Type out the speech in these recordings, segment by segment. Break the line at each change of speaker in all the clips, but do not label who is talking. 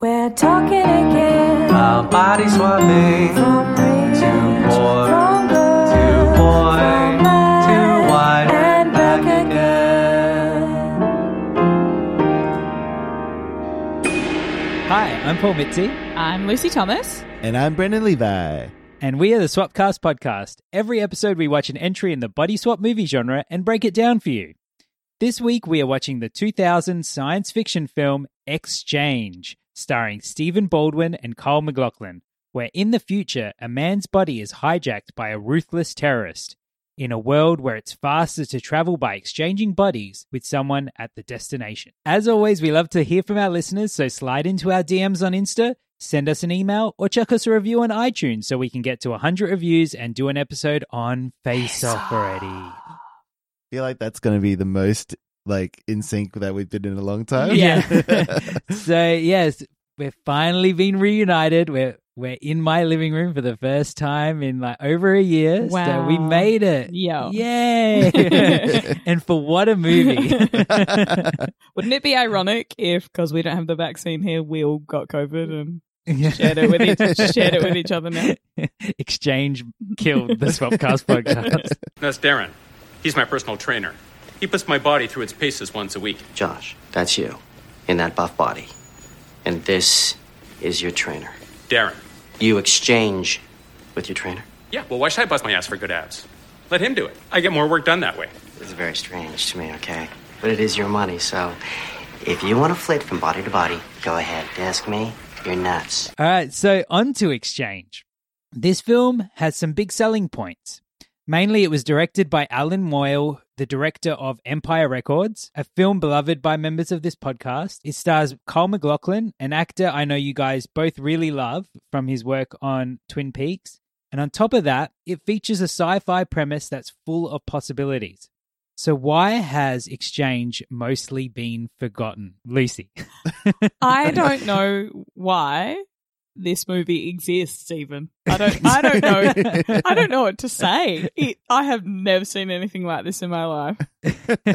We're talking again.
My body swapping
From
to
bridge,
boy,
from
to
bird,
boy,
from
to
bird,
wide
and back
again.
Hi, I'm Paul Mitzi,
I'm Lucy Thomas.
And I'm Brendan Levi.
and we are the Swapcast Podcast. Every episode, we watch an entry in the body swap movie genre and break it down for you. This week, we are watching the 2000 science fiction film Exchange, starring Stephen Baldwin and Kyle McLaughlin, where in the future, a man's body is hijacked by a ruthless terrorist in a world where it's faster to travel by exchanging bodies with someone at the destination. As always, we love to hear from our listeners, so slide into our DMs on Insta, send us an email, or chuck us a review on iTunes so we can get to 100 reviews and do an episode on Face Off already.
feel like that's going to be the most like in sync that we've been in a long time.
Oh, Yeah. so, yes, we've finally been reunited. We're we're in my living room for the first time in like over a year. So we
Wow.
made it.
Yo.
Yay. and for what a movie.
Wouldn't it be ironic if, because we don't have the vaccine here, we all got COVID and shared it with each, shared it with each other now?
Exchange killed the Swapcast podcast.
That's Darren. He's my personal trainer. He puts my body through its paces once a week.
Josh, that's you in that buff body. And this is your trainer.
Darren.
You exchange with your trainer.
Yeah, well, why should I bust my ass for good abs? Let him do it. I get more work done that way.
It's very strange to me, okay? But it is your money, so if you want to flit from body to body, go ahead. Ask me. You're nuts.
All right, so on to Exchange. This film has some big selling points. Mainly, it was directed by Alan Moyle, the director of Empire Records, a film beloved by members of this podcast. It stars Kyle McLaughlin, an actor I know you guys both really love from his work on Twin Peaks. And on top of that, it features a sci fi premise that's full of possibilities. So, why has Exchange mostly been forgotten? Lucy.
I don't know why this movie exists. Even I don't. I don't know. I don't know what to say. It, I have never seen anything like this in my life.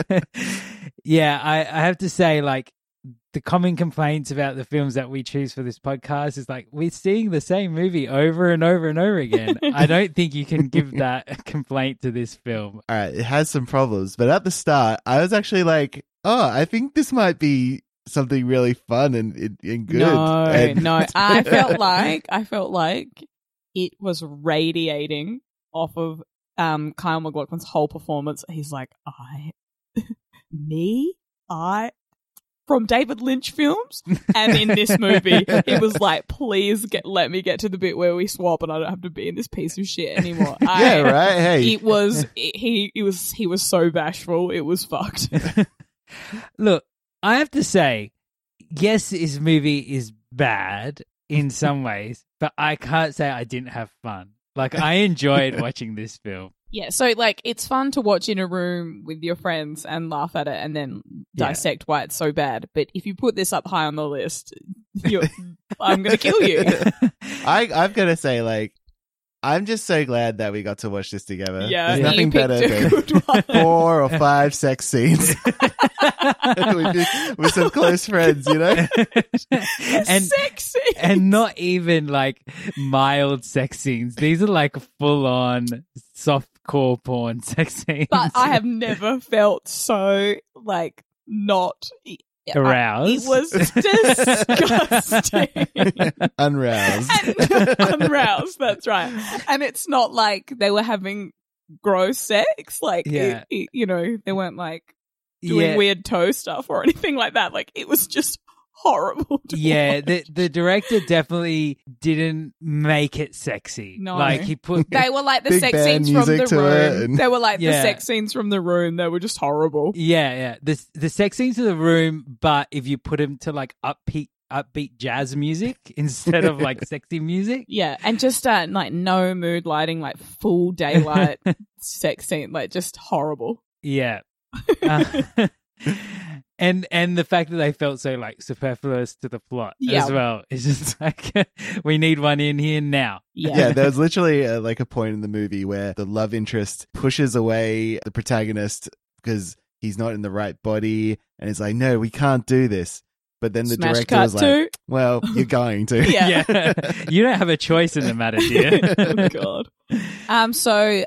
yeah, I, I have to say, like, the common complaints about the films that we choose for this podcast is like we're seeing the same movie over and over and over again. I don't think you can give that complaint to this film.
All right. It has some problems, but at the start, I was actually like, oh, I think this might be something really fun and, and- and good.
No,
And-
no. I felt like I felt like it was radiating off of um Kyle McLaughlin's whole performance. He's like, I me? I from David Lynch films and in this movie it was like please get let me get to the bit where we swap and I don't have to be in this piece of shit anymore. I-
yeah, right. Hey,
It was it, he it was he was so bashful it was fucked.
Look, I have to say, yes, this movie is bad in some ways, but I can't say I didn't have fun. Like I enjoyed watching this film.
Yeah, so like it's fun to watch in a room with your friends and laugh at it and then
Yeah.
dissect why it's so bad. But if you put this up high on the list, you're, I'm going to kill you.
I, I've got to say, like, I'm just so glad that we got to watch this together.
Yeah,
There's
you
nothing
picked
better
a
than
good one.
four or five sex scenes with, with some close friends, you know?
and
Sexy.
and not even like mild sex scenes. These are like full on soft core porn sex scenes.
but I have never felt so like not. e, It
aroused.
was disgusting.
Unroused.
and unroused. That's right. And it's not like they were having gross sex. Like, it-
Yeah.
it- you know, they weren't like doing
yeah,
weird toe stuff or anything like that. Like, it was just horrible. to
yeah,
watch.
the the director definitely didn't make it sexy.
No.
Like he put
they were like the
Big
sex
band
scenes from the
music to it
room.
and-
They were like
Yeah.
the sex scenes from the room. They were just horrible.
Yeah, yeah. The the sex scenes in the room, but if you put him to like upbeat upbeat jazz music instead of like sexy music.
Yeah, and just uh, like no mood lighting, like full daylight sex scene, like just horrible.
Yeah. Uh, and and the fact that they felt so like superfluous to the plot
Yeah.
as well. It's just like we need one in here now.
Yeah,
yeah, there was literally uh like a point in the movie where the love interest pushes away the protagonist because he's not in the right body, and it's like, no, we can't do this. But then the
Smash
director
cut
was like,
to-
well, you're going to.
Yeah.
you don't have a choice in the matter,
oh
dear.
god. Um, so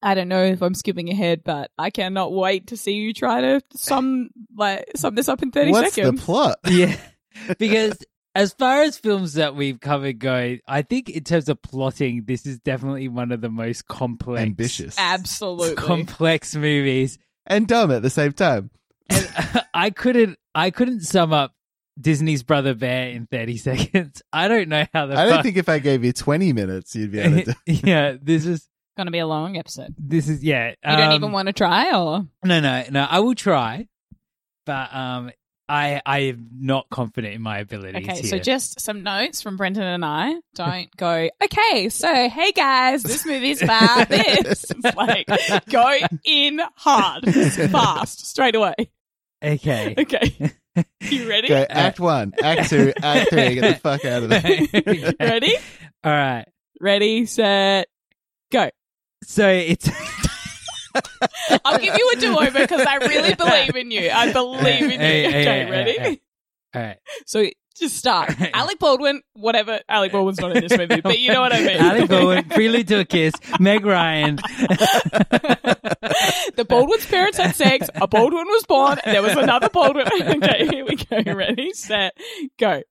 I don't know if I'm skipping ahead, but I cannot wait to see you try to sum like sum this up in thirty
What's
seconds.
the plot?
yeah. Because as far as films that we've covered go, I think in terms of plotting, this is definitely one of the most complex
Ambitious
Absolutely.
complex movies.
and dumb at the same time.
And I couldn't I couldn't sum up Disney's Brother Bear in 30 seconds. I don't know how the
I don't
fuck-
think if I gave you 20 minutes, you'd be able to.
yeah, this is
Gonna be a long episode.
this is yeah.
You don't
um,
even want to try, or
No, no, no. I will try, but um, I I am not confident in my abilities.
okay. So
here.
just some notes from Brendan and I. Don't go. Okay, so hey guys, this movie's about this. It's like go in hard, fast, straight away.
okay.
Okay, you ready?
Go, uh, act one, act two, act three, get the fuck out of there.
Okay.
Ready?
All right.
Ready, set, go.
So it's
I'll give you a do over because I really believe in you. I believe in you.
Hey, hey,
okay,
hey,
ready?
hey, hey. all right.
So just start. Alec Baldwin, whatever. Alec Baldwin's not in this movie, but you know what I mean.
Alec Baldwin, Prelude to a Kiss, Meg Ryan.
the Baldwin's parents had sex. A Baldwin was born. And there was another Baldwin. okay, here we go. Ready, set, go.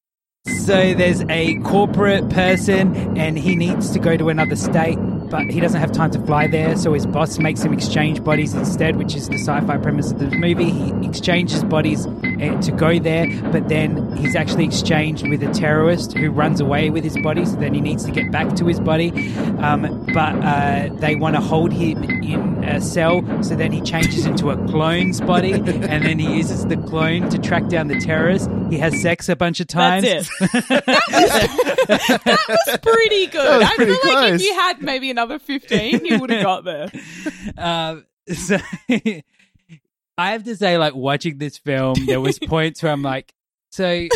So there's a corporate person and he needs to go to another state, but he doesn't have time to fly there, so his boss makes him exchange bodies instead, which is the sci fi premise of the movie. He exchanges bodies eh, to go there, but then he's actually exchanged with a terrorist who runs away with his body, so then he needs to get back to his body. Um, but uh, they want to hold him in a cell, so then he changes into a clone's body, and then he uses the clone to track down the terrorist. He has sex a bunch of times.
That's it. that was pretty good.
That was
I
pretty
feel like if
close.
you had maybe another 15, you would have got there.
Um, so I have to say, like watching this film, there was points where I'm like, so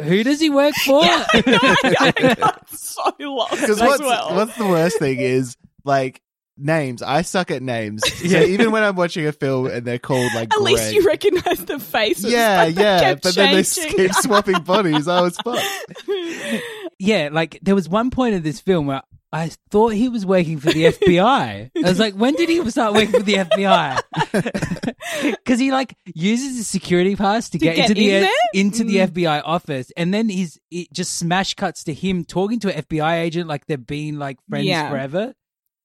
who does he work for?
I got so lost as
Because what's,
well.
what's the worst thing is, like, names. I suck at names.
Yeah.
So even when I'm watching a film and they're called, like,
At least
Greg-
you recognize the faces.
Yeah,
but they
yeah.
kept
But then they
changing.
keep swapping bodies. I was fucked.
yeah, like there was one point in this film where I thought he was working for the FBI. I was like, when did he start working for the FBI? Because he like uses his security pass to, get,
get
into the
in there? Mm.
into the FBI office, and then he's it just smash cuts to him talking to an FBI agent like they've been like friends
Yeah.
forever.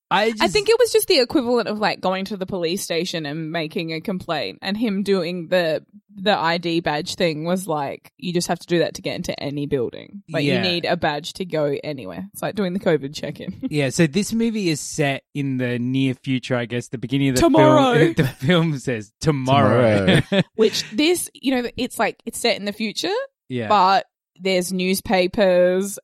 I just,
I think it was just the equivalent of like going to the police station and making a complaint, and him doing the the ID badge thing was like you just have to do that to get into any building. Like
Yeah.
you need a badge to go anywhere. It's like doing the COVID check in.
Yeah, so this movie is set in the near future, I guess. The beginning of the
Tomorrow.
film, the film says tomorrow.
Which this, you know, it's like it's set in the future,
yeah,
but there's newspapers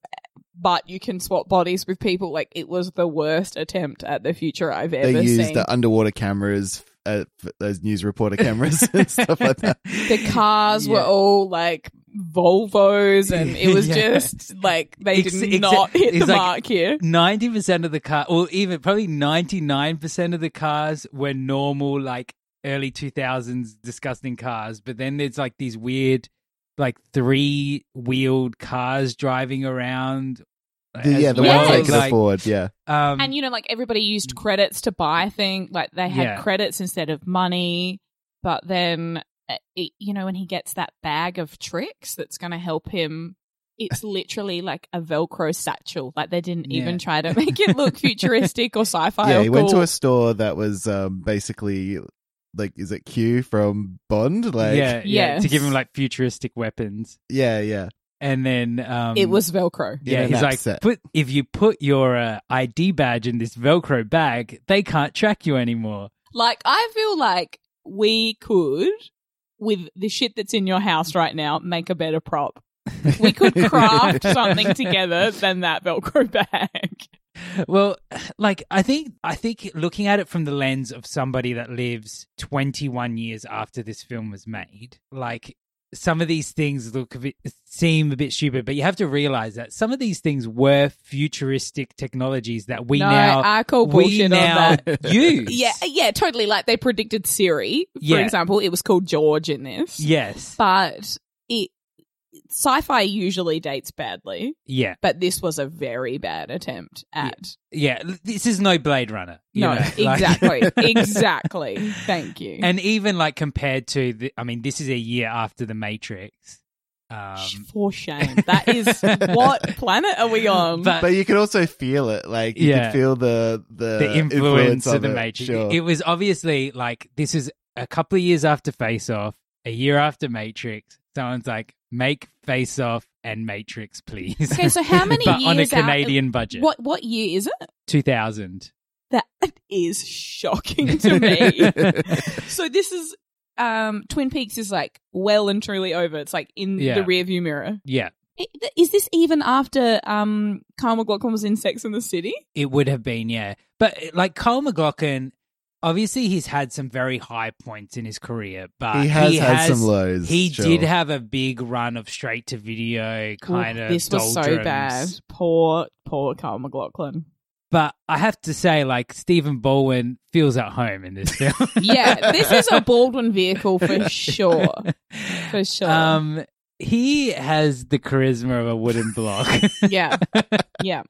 but you can swap bodies with people like it was the worst attempt at the future i've ever
They use
seen
the underwater cameras, uh, f- those news reporter cameras and stuff like that.
the cars were
Yeah.
all like volvos and it was
Yeah.
just like they
Ex-
did
exa-
not hit the
it's like-
mark here
ninety percent of the car, or even probably ninety nine percent of the cars were normal, like early two thousands disgusting cars. But then there's like these weird, like three wheeled cars driving around.
The- yeah, the
well
ones they
as,
can afford. Yeah.
Um,
and you know like everybody used credits to buy things like they had
Yeah.
credits instead of money but then uh, it, you know when he gets that bag of tricks that's going to help him it's literally like a velcro satchel like they didn't
Yeah.
even try to make it look futuristic or sci-fi
yeah,
or
he went
cool.
to a store that was um, basically like is it Q from Bond? Like
yeah, yeah, to give him
Yes.
like futuristic weapons,
yeah, yeah.
and then um,
it was Velcro.
in
yeah.
an
He's like,
upset.
put if you put your uh, ID badge in this Velcro bag, they can't track you anymore.
Like, I feel like we could, with the shit that's in your house right now, make a better prop. We could craft something together than that Velcro bag.
Well, like I think I think looking at it from the lens of somebody that lives 21 years after this film was made, like some of these things look a bit, seem a bit stupid, but you have to realize that some of these things were futuristic technologies that we
No,
now
I call
we
bullshit on
now
that.
use.
Yeah, yeah, totally. Like, they predicted Siri, for
Yeah.
example. It was called George in this.
Yes.
But it. Sci fi usually dates badly,
Yeah.
but this was a very bad attempt at.
Yeah. This is no Blade Runner. you
No,
know, like-
exactly. exactly. Thank you.
and even like compared to the, I mean, this is a year after the Matrix.
Sh-
Um,
For shame. That is what planet are we on?
But-
But you could also feel it, like you
Yeah.
could feel the the,
the influence of the
uh, it,
Matrix.
Sure.
It was obviously like this is a couple of years after Face Off, a year after Matrix. Someone's like, make Face Off and Matrix, please.
okay, so how many
but
years
on a
out-
Canadian budget?
What what year is it?
two thousand?
That is shocking to me. so this is um Twin Peaks is like well and truly over. It's like in
Yeah.
the rearview mirror.
Yeah,
I- th- Is this even after um Kyle McLaughlin was in Sex in the City?
it would have been. Yeah, but eh, like Carl McLaughlin, obviously he's had some very high points in his career, but
He has had some lows,
He
sure.
did have a big run of straight to video kind
Ooh,
of.
this was so
doldrums.
bad. Poor poor Kyle McLaughlin.
But I have to say, like Stephen Baldwin feels at home in this film.
Yeah, this is a Baldwin vehicle for sure. For sure.
Um, he has the charisma of a wooden block.
yeah. Yeah.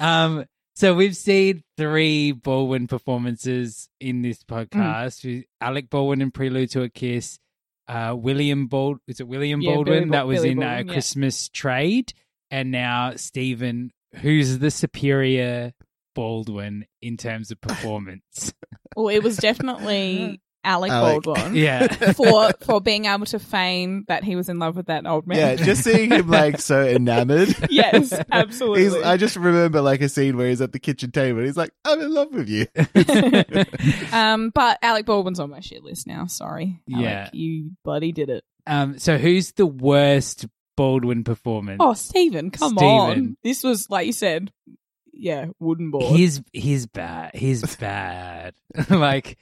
um, so we've seen three Baldwin performances in this
Hmm.
podcast: with Alec Baldwin in Prelude to a Kiss, uh, William Bald is it William
Yeah,
Baldwin
Billy Bal-
that was
Billy
in uh,
Baldwin, yeah.
Christmas Trade, and now Stephen, who's the superior Baldwin in terms of performance.
Well, it was definitely Alec,
Alec.
Baldwin
yeah.
for for being able to feign that he was in love with that old man.
yeah, just seeing him like so enamored.
yes,
He's,
absolutely.
I just remember like a scene where he's at the kitchen table. He's like, "I'm in love with you."
um, but Alec Baldwin's on my shit list now. Sorry, Alec,
Yeah.
you bloody did it.
Um, so who's the worst Baldwin performance?
Oh, Stephen, come
Stephen.
on! This was like you said, yeah, wooden board.
he's he's bad. He's bad. like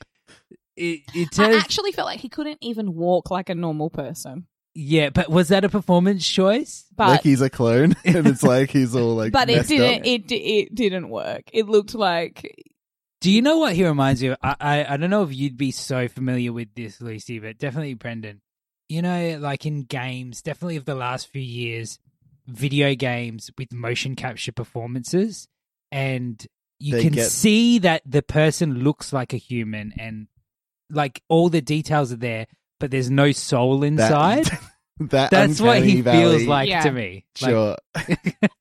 it, it
I
turns.
actually felt like he couldn't even walk like a normal person.
yeah, but was that a performance choice?
But
like he's a clone, and it's like he's all like,
but it
messed
didn't.
up.
It di- it didn't work. It looked like
Do you know what he reminds me of? I, I I don't know if you'd be so familiar with this, Lucy, but definitely Brendan. You know, like in games, definitely of the last few years, video games with motion capture performances, and you
They
can
get-
see that the person looks like a human, and like all the details are there, but there's no soul inside.
that
That's what he
uncanny valley.
feels like
Yeah.
to me. Like,
Sure,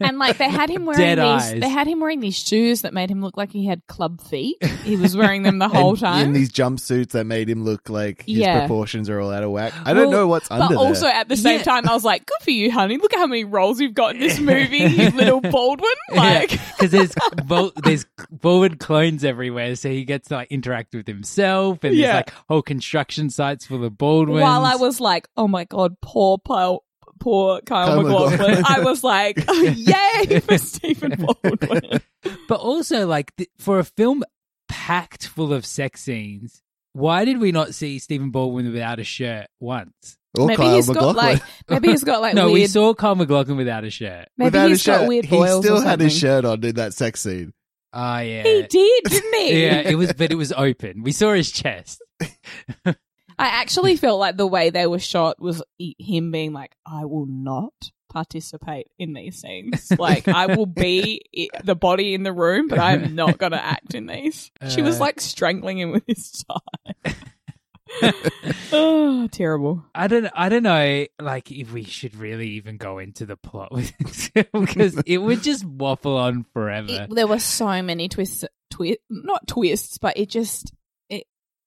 And like they had him wearing
Dead
these,
eyes.
they had him wearing these shoes that made him look like he had club feet. He was wearing them the whole
And
time.
in these jumpsuits that made him look like his
Yeah.
proportions are all out of whack. I don't
Well,
know what's
but
under
also
there.
at the same
Yeah.
time, I was like, "Good for you, honey! Look at how many roles you've got in this movie, you little Baldwin!" Like,
because there's vol- there's Baldwin clones everywhere, so he gets to like interact with himself, and there's
Yeah.
like whole construction sites full of Baldwins.
while I was like, "Oh my god, poor Pyle, poor Kyle
Kyle
McLaughlin,"
MacLachlan.
I was like, oh, "Yay for Stephen Baldwin!"
but also like th- for a film packed full of sex scenes, why did we not see Stephen Baldwin without a shirt once?
or
maybe
Kyle
he's got
McLaughlin.
like, maybe he's got like
no,
weird.
we saw Kyle McLaughlin without a shirt.
maybe
Without
he's
a shirt,
got weird
he
boils.
still
or
had his
something.
shirt on in that sex scene.
Oh yeah,
He did, didn't he?
Yeah, it was, but it was open. We saw his chest.
I
Hmm.
actually felt like the way they were shot was e- him being like, I will not participate in these scenes. Like, I will be i- the body in the room, but I'm not going to act in these. She was
Uh.
like strangling him with his tie. oh, terrible.
I don't I don't know like if we should really even go into the plot with this because it would just waffle on forever.
It, there were so many twists, twi- not twists, but it just, it,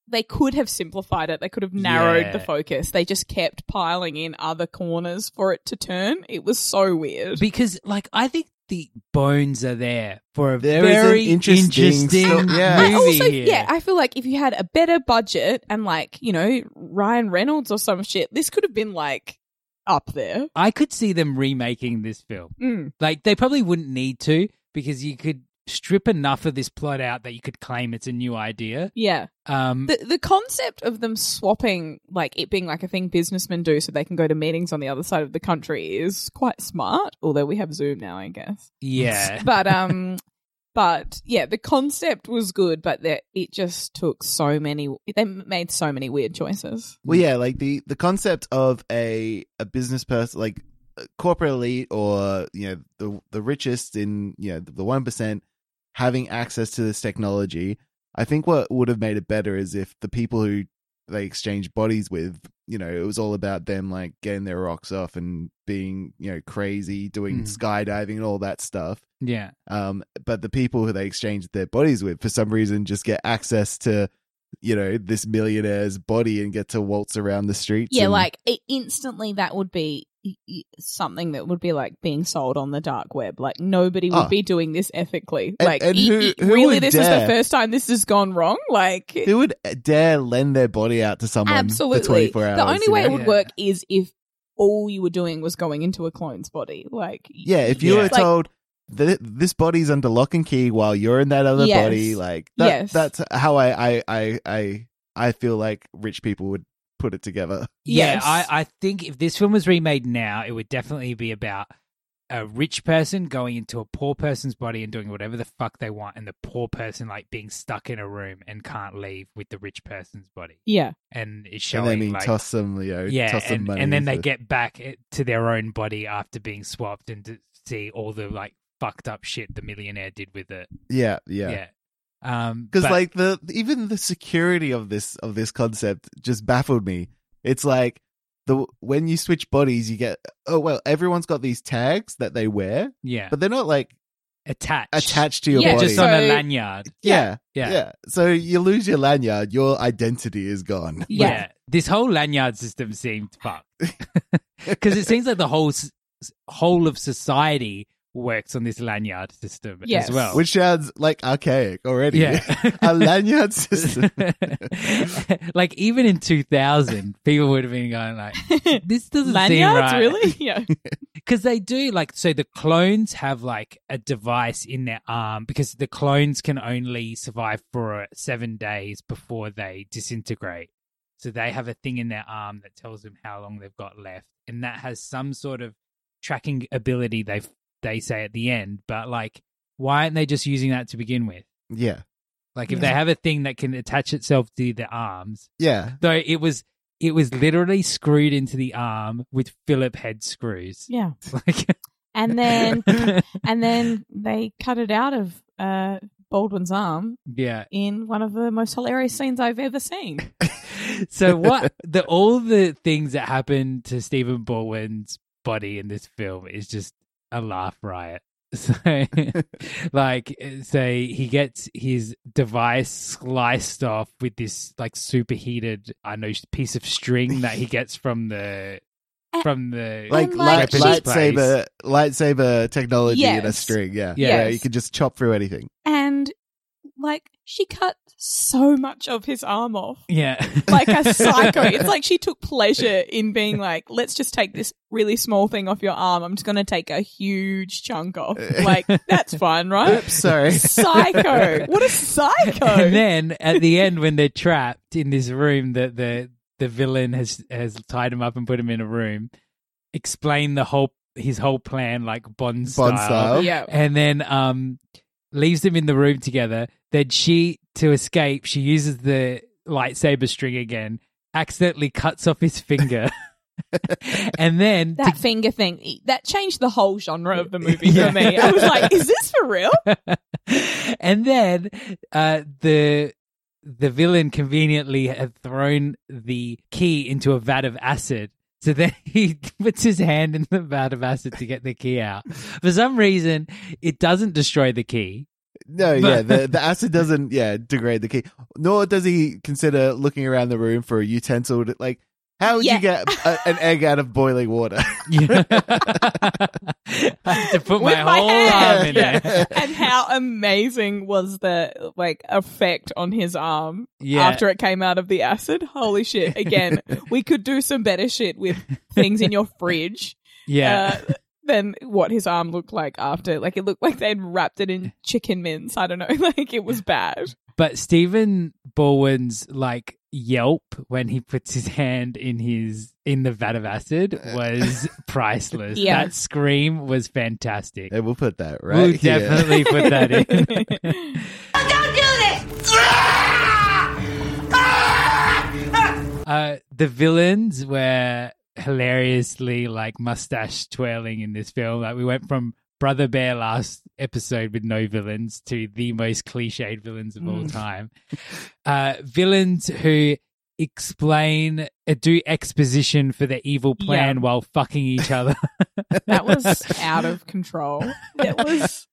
they could have simplified it. They could have narrowed the
Yeah.
focus. They just kept piling in other corners for it to turn. It was so weird.
because like I think the bones are there for a
There is an
very
interesting
interesting,
sto- yeah.
I
movie
also,
here.
yeah, I feel like if you had a better budget and like you know Ryan Reynolds or some shit, this could have been like up there.
I could see them remaking this film.
Mm.
Like they probably wouldn't need to because you could strip enough of this plot out that you could claim it's a new idea.
Yeah,
Um,
the the concept of them swapping like it being like a thing businessmen do so they can go to meetings on the other side of the country is quite smart. Although we have Zoom now, I guess.
yeah,
But um, but yeah, the concept was good, but that it just took so many. They made so many weird choices.
Well, yeah, like the the concept of a a business person, like a corporate elite or you know the the richest in you know the one percent having access to this technology. I think what would have made it better is if the people who they exchange bodies with, you know, it was all about them like getting their rocks off and being you know crazy, doing
Mm.
skydiving and all that stuff.
yeah.
Um, but the people who they exchanged their bodies with, for some reason, just get access to, you know, this millionaire's body and get to waltz around the streets.
Yeah,
and-
like it, instantly that would be y- y- something that would be like being sold on the dark web. Like nobody would
Ah.
be doing this ethically.
And-
like
and
y-
who-
y-
who
really
would
this is the
dare?
first time this has gone wrong. Like
who would uh, dare lend their body out to someone for
absolutely.
twenty four hours?
The only
you
way
know?
it would
Yeah.
work is if all you were doing was going into a clone's body. Like
yeah, if you
Yeah.
were
Like-
told that this body's under lock and key while you're in that other
Yes.
body, like that,
Yes.
that's how I, I, I, I, I feel like rich people would put it together.
Yeah,
Yes.
I, I think if this film was remade now, it would definitely be about a rich person going into a poor person's body and doing whatever the fuck they want, and the poor person like being stuck in a room and can't leave with the rich person's body,
yeah,
and it's
And
showing
then you
like
toss some, you know,
yeah,
toss some
and,
money.
and then they
into-
get back it- to their own body after being swapped and to see all the like fucked up shit the millionaire did with it.
yeah, yeah.
Yeah, Um
because
but-
like the even the security of this of this concept just baffled me it's like the when you switch bodies you get oh well everyone's got these tags that they wear
yeah,
but they're not like
attached,
attached to your
Yeah,
body
just on a
So-
lanyard.
yeah,
Yeah.
yeah so you lose your lanyard your identity is gone
Yeah.
Yeah.
This whole lanyard system seemed fucked. Because it seems like the whole s- s- whole of society works on this lanyard system
Yes.
as well.
which sounds like archaic already
Oh. yeah.
a lanyard system
like even in 2000 people would have been going like this doesn't seem
lanyards
right
really. Yeah,
because they do like so the clones have like a device in their arm because the clones can only survive for uh, seven days before they disintegrate so they have a thing in their arm that tells them how long they've got left and that has some sort of tracking ability they they say at the end but like why aren't they just using that to begin with
yeah
like if they have a thing that can attach itself to their arms
yeah
though it was it was literally screwed into the arm with phillip head screws
yeah.
like
And then and then they cut it out of uh, Baldwin's arm
yeah.
in one of the most hilarious scenes I've ever seen.
So what the all the things that happened to Stephen Baldwin's body in this film is just a laugh riot. So like so he gets his device sliced off with this like superheated I know piece of string that he gets from the from the
like,
And, like,
light,
weapons place.
lightsaber lightsaber technology in a
Yes.
string yeah
Yeah.
yeah
Yes.
you can just chop through anything
and like she cut so much of his arm off
yeah
like a psycho it's like she took pleasure in being like let's just take this really small thing off your arm i'm just going to take a huge chunk off like that's fun
Oops,
right
sorry
psycho what a psycho
And then at the end, when they're trapped in this room that the the villain has has tied him up and put him in a room, explain the whole his whole plan like Bond style,
Bond style.
yeah
and then um leaves them in the room together. Then she to escape, she uses the lightsaber string again, accidentally cuts off his finger, and then
that finger thing e, that changed the whole genre of the movie
Yeah.
for me i was like is this for real
and then uh, the the villain conveniently had thrown the key into a vat of acid. So then he puts his hand in the vat of acid to get the key out. For some reason, it doesn't destroy the key.
No, yeah, the, the acid doesn't, yeah, degrade the key. Nor does he consider looking around the room for a utensil. To, like, how would
Yeah.
you get a, an egg out of boiling water?
Yeah. I had to put my,
With my
whole
hand.
arm in there.
and how amazing was the like effect on his arm
Yeah.
after it came out of the acid? Holy shit! Again, we could do some better shit with things in your fridge.
Yeah.
Uh, than what his arm looked like after, like it looked like they'd wrapped it in chicken mince. I don't know, like it was bad.
But Stephen Baldwin's like yelp when he puts his hand in his in the vat of acid was priceless.
Yeah.
That scream was fantastic.
and we'll put that right
we'll
here.
definitely put that in.
Don't do this!
Uh, the villains were hilariously like mustache twirling in this film. Like we went from Brother Bear last episode with no villains to the most cliched villains of
Mm.
all time. Uh, villains who explain uh, do exposition for their evil plan
Yeah.
while fucking each other.
That was out of control. It was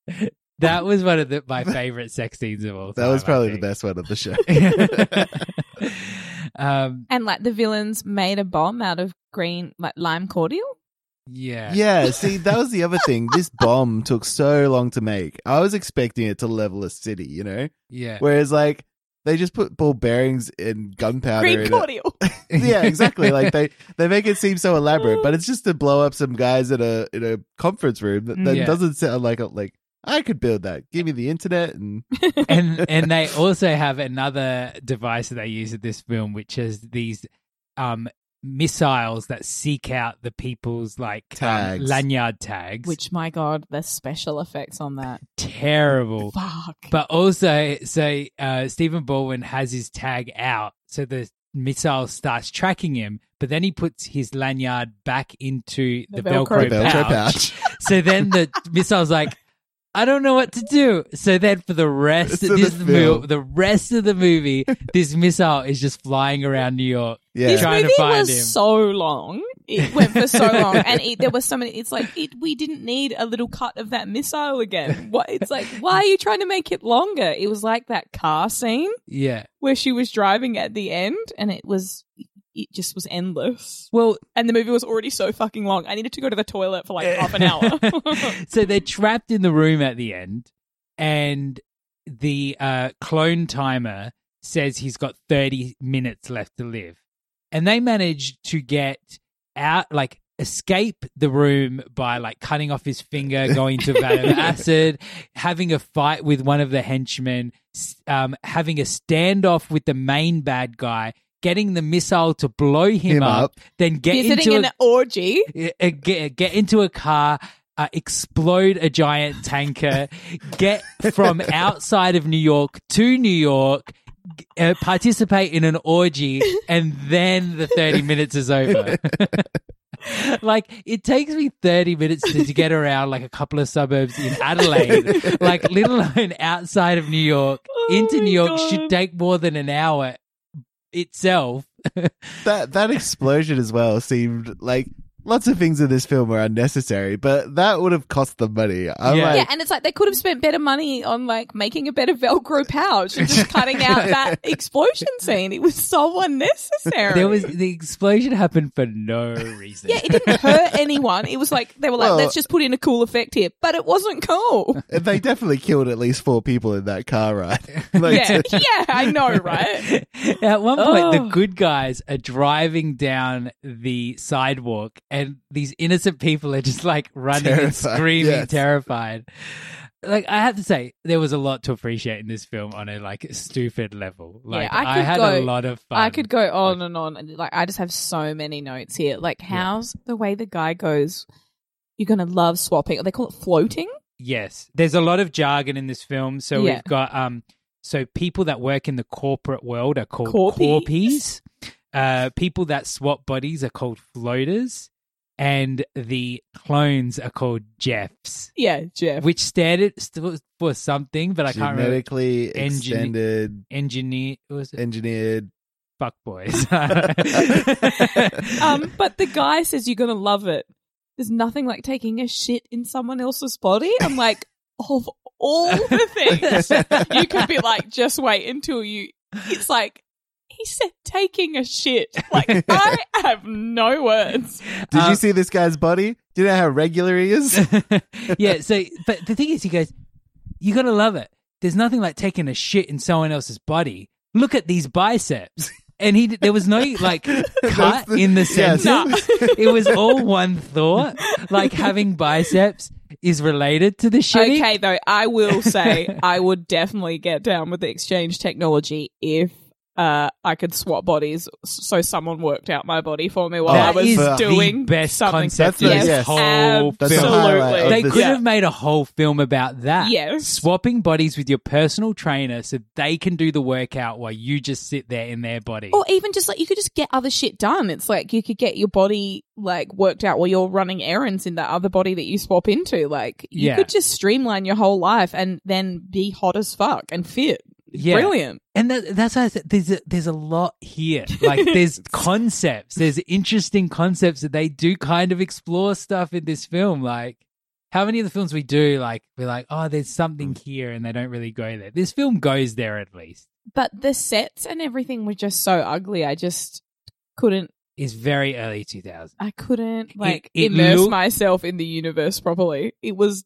that was one of the, my favorite sex scenes of all time.
That was
I
probably the
think.
best one of the show.
um,
And like the villains made a bomb out of green like lime cordial.
yeah.
yeah, see, that was the other thing. This bomb took so long to make. I was expecting it to level a city, you know?
Yeah.
Whereas, like, they just put ball bearings and gunpowder
Green
in it.
cordial.
yeah, exactly. Like they they make it seem so elaborate, but it's just to blow up some guys in a in a conference room. That, that
Yeah.
doesn't sound like a, like I could build that. Give me the internet and
and and they also have another device that they use in this film, which is these um missiles that seek out the people's like um,
Tags.
lanyard tags,
Which my god, the special effects on that.
terrible.
Fuck.
But also, so uh, Stephen Baldwin has his tag out, so the missile starts tracking him. But then he puts his lanyard back into the,
The Velcro
Velcro,
Velcro
pouch.
pouch.
So then the missile's like, I don't know what to do. So then for the rest
So
of this
the
mo-
film.
the rest of the movie, this missile is just flying around New York.
This
Yeah,
Trying to
movie
find
was
him.
so long. It went for so long, and it, there was so many. It's like it, we didn't need a little cut of that missile again. What? It's like why are you trying to make it longer? It was like that car scene
Yeah.
where she was driving at the end, and it was it just was endless.
Well,
And the movie was already so fucking long. I needed to go to the toilet for like half an hour.
so they're trapped in the room at the end, and the uh, clone timer says he's got 30 minutes left to live. And they manage to get out, like, escape the room by, like, cutting off his finger, going to a vat of acid, having a fight with one of the henchmen, s- um, having a standoff with the main bad guy. Getting the missile to blow him,
Him
up,
up.
then get
Visiting
into a-
an orgy.
uh, get, get into a car, uh, explode a giant tanker, get from outside of New York to New York, g- uh, participate in an orgy, and then the 30 minutes is over. Like it takes me thirty minutes to, to get around like a couple of suburbs in Adelaide, like let alone outside of New York.
Oh
into
my
New York
God.
should take more than an hour itself.
that that explosion as well seemed like lots of things in this film were unnecessary, but that would have cost them money. I'm
Yeah.
like,
Yeah, and it's like they could have spent better money on like making a better Velcro pouch and just cutting out that explosion scene. It was so unnecessary.
There was the explosion happened for no reason.
yeah, it didn't hurt anyone. It was like they were like,
Well-
let's just put in a cool effect here, but it wasn't cool.
they definitely killed at least four people in that car ride. Like,
Yeah, yeah, I know, right?
At one point, the
Oh.
good guys are driving down the sidewalk, and these innocent people are just like running and
Terrified,
screaming,
yes.
terrified. Like I have to say, there was a lot to appreciate in this film on a like stupid level. Like
I could
had a
go-
lot of fun.
I could go on and on. and, Like, I just have so many notes here. Like, how's the way the guy goes? You're gonna love swapping. They call it floating.
Yes, there's a lot of jargon in this film. So
Yeah.
we've got um, so people that work in the corporate world are called
Corpies.
corpies. Uh, people that swap bodies are called floaters, and the clones are called Jeffs,
Yeah, Jeff.
which standard stood for something, but I can't remember.
genetically
Engine-
extended,
Engineer was it?
engineered.
fuck boys.
um, but the guy says you're gonna love it. There's nothing like taking a shit in someone else's body. I'm like, of all the things you could be like, just wait until you. It's like he said, taking a shit. Like I have no words.
Did
Um,
you see this guy's body? Do you know how regular he is?
yeah. So, but the thing is, he goes, "You gotta love it. There's nothing like taking a shit in someone else's body. Look at these biceps." And he, there was no like cut
the-
in the
yes.
sentence.
Nah.
It was all one thought. Like having biceps is related to the shitting.
Okay, though, I will say I would definitely get down with the exchange technology if uh, I could swap bodies. s- So someone worked out my body for me while
That
I was
is the
doing
best
something.
concept
That's
of this
the- yes.
whole
That's the
film.
highlight of
absolutely.
They
this-
could have made a whole film about that.
Yes.
Swapping bodies with your personal trainer so they can do the workout while you just sit there in their body.
Or even just like you could just get other shit done. It's like you could get your body like worked out while you're running errands in the other body that you swap into. Like you
Yeah.
could just streamline your whole life and then be hot as fuck and fit. It's
Yeah.
Brilliant.
And that, that's why I said there's a, there's a lot here. Like there's concepts, there's interesting concepts that they do kind of explore stuff in this film. Like how many of the films we do, like we're like, oh, there's something
Mm.
here, and they don't really go there. This film goes there at least.
But the sets and everything were just so ugly. I just couldn't
It's very early 2000s.
I couldn't like
it
immerse
looked-
myself in the universe properly. It was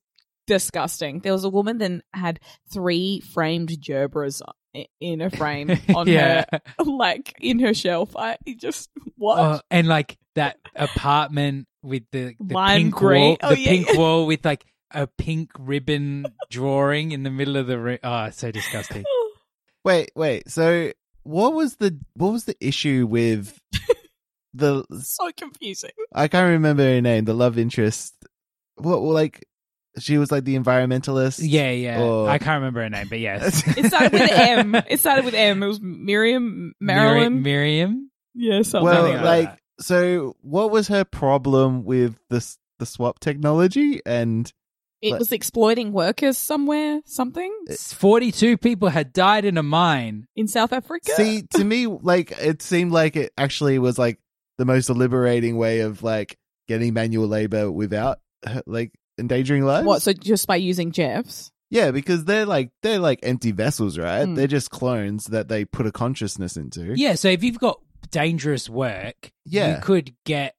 disgusting. There was a woman that had three framed gerbras i- in a frame on
Yeah.
her, like in her shelf. I it just what?
Oh, and like that apartment with the, the
Lime
pink
green.
wall,
Oh,
the
yeah,
pink
yeah.
wall with like a pink ribbon drawing in the middle of the room. Oh, it's so disgusting.
wait, wait. So what was the what was the issue with the
so confusing.
I can't remember her name, the love interest. What like she was like the environmentalist.
Yeah, yeah.
Or-
I can't remember her name, but yes.
It started with M. It started with M. It was Miriam Marilyn.
Miri- Miriam.
yeah, something
well,
like
about
that.
like
that.
so what was her problem with this the swap technology and
it was exploiting workers somewhere, something
Uh,
Uh, Forty-two people had died in a mine.
in South Africa.
See, to me, like it seemed like it actually was like the most liberating way of like getting manual labor without like endangering lives.
what? So just by using Jeff's.
yeah, because they're like they're like empty vessels, right?
Mm.
They're just clones that they put a consciousness into.
Yeah, so if you've got dangerous work,
Yeah.
you could get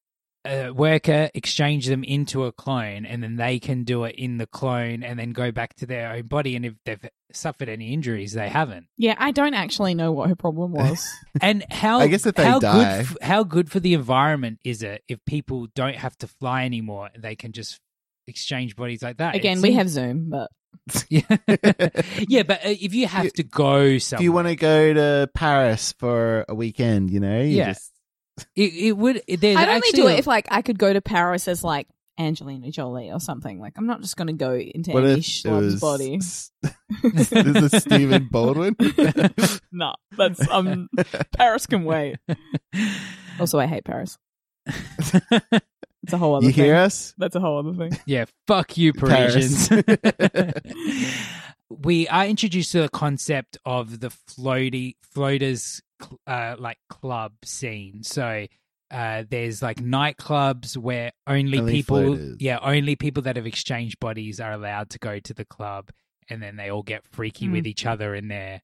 a worker, exchange them into a clone, and then they can do it in the clone and then go back to their own body. And if they've suffered any injuries, they haven't.
Yeah, I don't actually know what her problem was.
And how
I guess if they
how
die-
good f- how good for the environment is it if people don't have to fly anymore? They can just exchange bodies like that. It
Again, we
seems-
have Zoom, but
yeah, yeah. But uh, if you have
You-
to go somewhere,
If you want to go to Paris for a weekend, you know, you
Yeah.
just-
it, it would. There's
I'd only
actually
do
a-
it if like I could go to Paris as like Angelina Jolie or something. Like I'm not just going to go into
what
any
if it
schlub's
was
body.
this is Stephen Baldwin.
no, that's um Paris can wait. Also, I hate Paris. It's a whole other
you
thing.
hear us?
That's a whole other thing.
Yeah, fuck you,
Paris.
Parisians. we are introduced to the concept of the floaty floaters, cl- uh, like club scene. So uh, there's like nightclubs where only,
Only
people,
floaters.
yeah, only people that have exchanged bodies are allowed to go to the club, and then they all get freaky
Mm.
Hmm.
with each other in their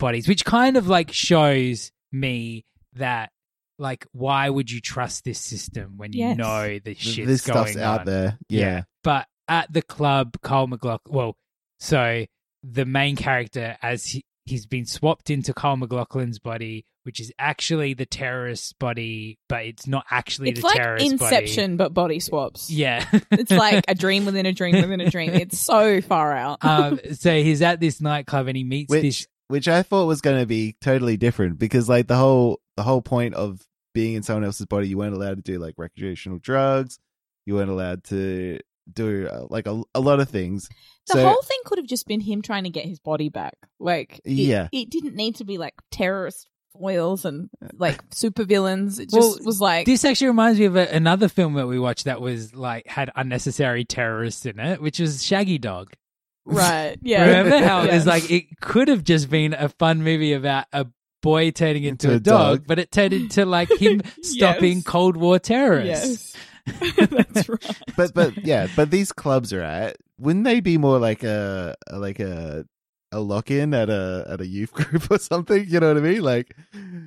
bodies, which kind of like shows me that. Like, why would you trust this system when you
Yes.
know the shit's
this
going
stuff's out
on?
there. Yeah.
But at the club, Kyle McLaughlin, well, so the main character, as he, he's been swapped into Kyle McLaughlin's body, which is actually the terrorist's body, but it's not actually
It's
the
like
terrorist's
Inception, but body swaps.
body. Yeah.
It's like a dream within a dream within a dream. It's so far out.
um, so he's at this nightclub and he meets
which
this.
which I thought was going to be totally different because like the whole the whole point of being in someone else's body, you weren't allowed to do like recreational drugs, you weren't allowed to do uh, like a, a lot of things.
The
so
whole thing could have just been him trying to get his body back. Like, it,
Yeah. Uh,
it didn't need to be like terrorist foils and like supervillains. It just
Well,
was like,
This actually reminds me of a, another film that we watched that was like had unnecessary terrorists in it, which was Shaggy Dog.
right, yeah.
Remember how it
Yeah.
was like it could have just been a fun movie about a boy turning into, a, dog, but it turned into like him
Yes.
stopping Cold War terrorists.
Yes. That's right.
but but yeah, but these clubs are at. Wouldn't they be more like a a- like a a lock in at a at a youth group or something? You know what I mean? Like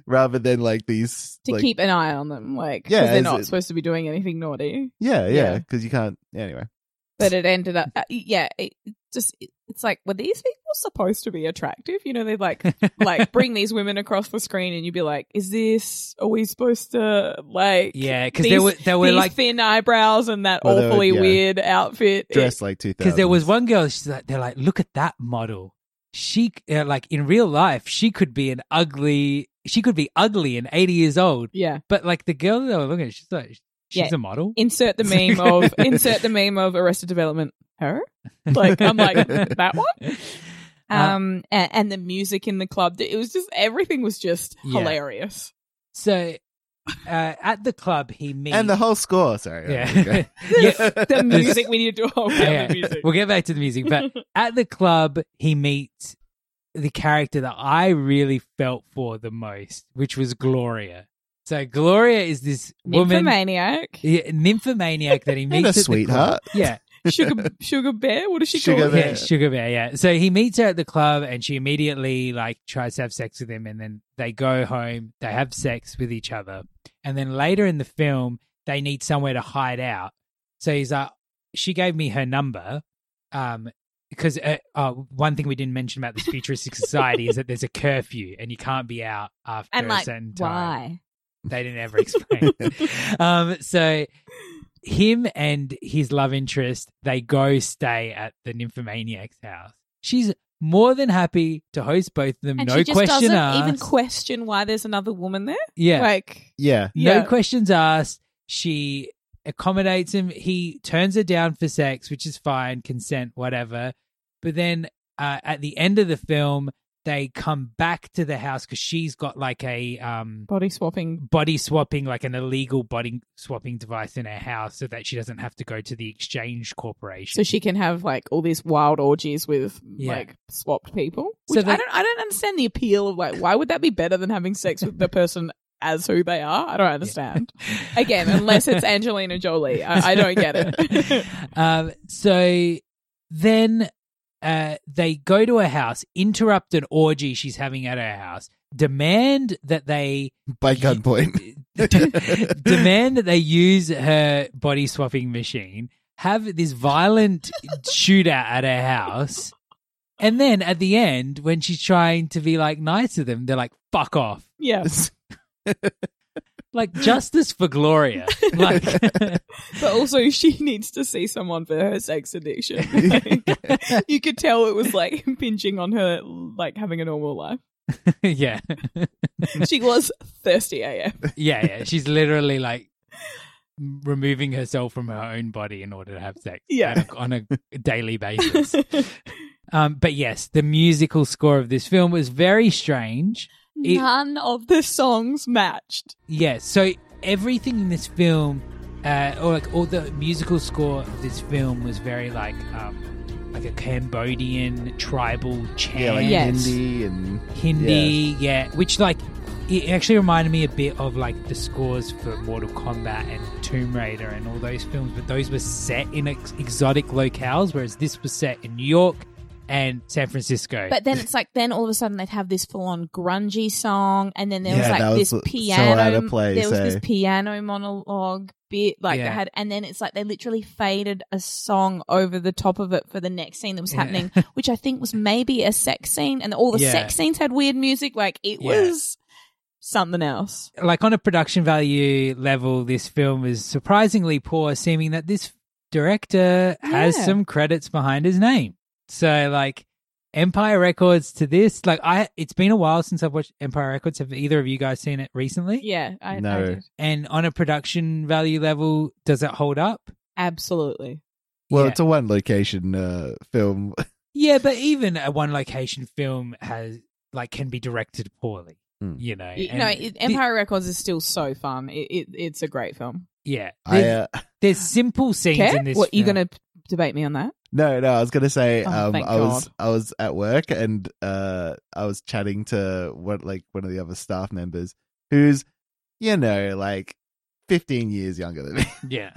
rather than like these
To
like,
keep an eye on them, like, 'cause
Yeah,
they're
is
not
it-
supposed to be doing anything naughty.
Yeah, yeah,
Yeah.
because you can't. Anyway,
But it ended up, uh, yeah, it it just, it- it's like, were these people supposed to be attractive? You know, they'd like, like bring these women across the screen and you'd be like, is this, are we supposed to, like,
Yeah, 'cause there were- there were,
these
like-
thin eyebrows and that
Well, there were-
awfully
yeah.
weird outfit.
dressed like two thousand.
Eh, because there was one girl. She's like, they're like, look at that model. She uh, like in real life, she could be an ugly. She could be ugly and eighty years old.
Yeah.
But like the girl that I was looking at, she's like, she's
Yeah.
a model.
Insert the meme of, insert the meme of Arrested Development, her? Like, I'm like, that
Uh,
one? um a- and, the music in the club it was just everything was just
Yeah.
hilarious
So uh, at the club, he meets
and the whole score. Sorry,
yeah. yeah.
the music we need to do a whole round of
Yeah.
music
We'll get back to the music, but at the club, he meets the character that I really felt for the most, which was Gloria. So Gloria is this woman,
nymphomaniac
yeah, nymphomaniac that he meets
And a
at the club.
sweetheart.
Yeah,
sugar sugar bear what is she
Sugar
called
Bear.
yeah, sugar bear. Yeah. So he meets her at the club, and she immediately like tries to have sex with him, and then they go home. They have sex with each other, and then later in the film, they need somewhere to hide out. So he's like, she gave me her number, um, because uh, uh, one thing we didn't mention about this futuristic society is that there's a curfew and you can't be out after
and
a
like
certain
why
time. They didn't ever explain. um, so him and his love interest, they go stay at the nymphomaniac's house. She's more than happy to host both of them,
and
no
she just
question
doesn't
asked.
even question why there's another woman there
yeah,
like
yeah.
no
yeah.
questions asked. She accommodates him. He turns her down for sex, which is fine, consent, whatever. But then uh, at the end of the film, they come back to the house because she's got like a um,
body swapping
body swapping, like an illegal body swapping device in her house so that she doesn't have to go to the exchange corporation.
so she can have like all these wild orgies with
Yeah.
like swapped people
So
which
they-
i don't i don't understand the appeal of like why would that be better than having sex with the person as who they are i don't understand again unless it's angelina jolie i, I don't get it
um, so then uh, they go to her house, interrupt an orgy she's having at her house, demand that they
By gunpoint.
demand that they use her body swapping machine, have this violent shootout at her house, and then at the end, when she's trying to be like nice to them, they're like, fuck off.
yeah
Like justice for Gloria. Like
but also she needs to see someone for her sex addiction Like, you could tell it was like impinging on her like having a normal life
Yeah.
she was thirsty af
Yeah, yeah. She's literally like removing herself from her own body in order to have sex.
Yeah.
On a, on a daily basis. um, but yes, the musical score of this film was very strange. It-
none of the songs matched
Yeah, so everything in this film, uh, or like all the musical score of this film was very like um, like a Cambodian tribal chant,
Yeah, like
Yes.
Hindi and
Hindi, yeah. which like it actually reminded me a bit of like the scores for Mortal Kombat and Tomb Raider and all those films, but those were set in ex- exotic locales, whereas this was set in New York and San Francisco.
But then it's like then all of a sudden they'd have this full on grungy song, and then there
Yeah, that was
was
so
like this piano.
out of place,
there was
eh?
this piano monologue bit, like
Yeah.
they had, and then it's like they literally faded a song over the top of it for the next scene that was
Yeah.
happening, which I think was maybe a sex scene, and all the
Yeah.
sex scenes had weird music. Like it
Yeah.
was something else.
like on a production value level, this film is surprisingly poor, seeming that this director has
Yeah.
some credits behind his name. So like Empire Records to this, like I it's been a while since I've watched Empire Records. Have either of you guys seen it recently?
Yeah, I, I
No.
did.
And on a production value level, does it hold up?
absolutely.
Well,
yeah.
it's a one location uh, film.
Yeah, but even a one location film has like can be directed poorly.
Hmm.
You know,
You
and
know, it,
thi-
Empire Records is still so fun. It, it, it's a great film.
yeah,
I
there's,
uh,
there's simple scenes
Okay,
in this.
what you
film.
going to debate me on that?
No, no, I was gonna say,
Oh,
um,
thank
I was
God.
I was at work and uh, I was chatting to one like one of the other staff members who's, you know, like 15 years younger than me.
Yeah.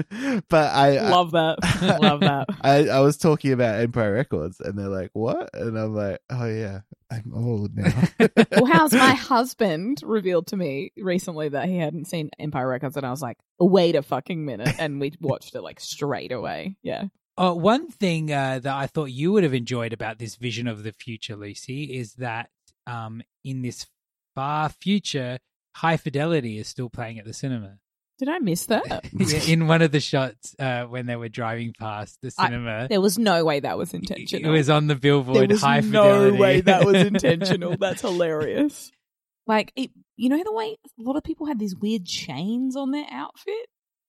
but I I-
Love that. Love that.
I, I was talking about Empire Records and they're like, What? And I'm like, Oh yeah, I'm old now.
Well, how's my husband revealed to me recently that he hadn't seen Empire Records, and I was like, "Wait a fucking minute!" And we watched it like straight away. Yeah,
Uh, one thing uh, that I thought you would have enjoyed about this vision of the future, Lucy, is that um, in this far future, High Fidelity is still playing at the cinema.
did I miss that?
Yeah, in one of the shots uh, when they were driving past the
I-
cinema,
There was no way that was
it
intentional.
was on the billboard.
there was
High
no
Fidelity.
way that was intentional. That's hilarious. Like it, you know the way a lot of people had these weird chains on their outfit.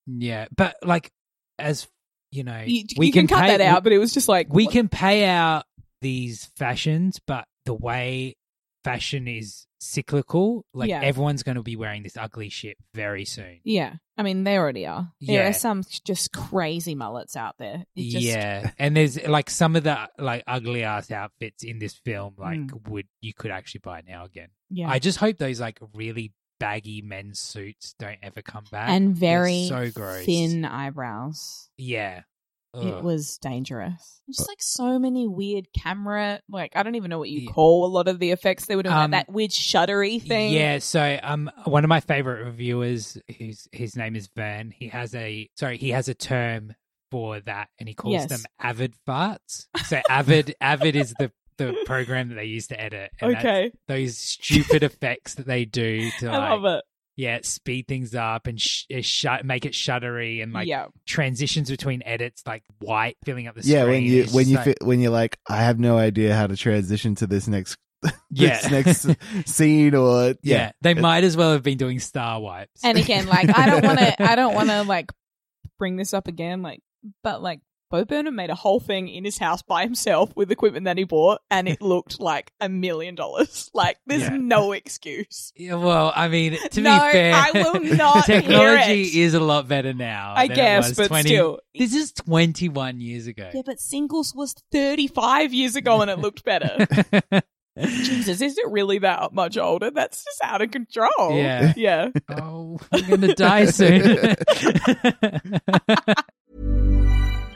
yeah, but like as you know,
You,
we
you can, cut
pay-
that out, but it was just like
we
what-
can pay out these fashions, but the way fashion is cyclical, like
Yeah.
everyone's going to be wearing this ugly shit very soon.
Yeah, I mean they already are. There
Yeah.
are some just crazy mullets out there. It just,
yeah, and there's like some of the like ugly ass outfits in this film, like
Mm.
would you could actually buy now again.
yeah.
I just hope those like really baggy men's suits don't ever come back
and
They're
very
so gross.
thin eyebrows.
Yeah,
It
Ugh.
was dangerous. Just like so many weird camera, like I don't even know what you
Yeah.
call a lot of the effects they were doing, like
Um,
that weird shuddery thing.
Yeah, so um, one of my favorite reviewers, who's his name is Vern. He has a sorry, he has a term for that, and he calls
Yes.
them avid farts. So avid, avid is the the program that they use to edit. and that's
Okay,
those stupid effects that they do to
I
like,
love it.
yeah, speed things up and sh- uh, shut make it shuddery and like
yeah,
transitions between edits, like white filling up the
yeah,
screen.
when you
It's
when
just
you
like-
fi- when you're like, I have no idea how to transition to this next
yeah.
this next scene or
yeah,
yeah.
they might as well have been doing star wipes.
And again, like I don't want to, I don't want to like bring this up again, like, but like Bo Burnham made a whole thing in his house by himself with equipment that he bought, and it looked like a million dollars. Like, there's
Yeah.
no excuse.
Yeah, well, I mean, to
No,
be fair,
I will not hear
technology
it.
is a lot better now.
I
than it
guess,
was
but
20
still.
this is twenty-one years ago.
Yeah, but singles was 35 years ago, and it looked better. Jesus, is it really that much older? That's just out of control.
Yeah.
yeah.
oh, I'm gonna die soon.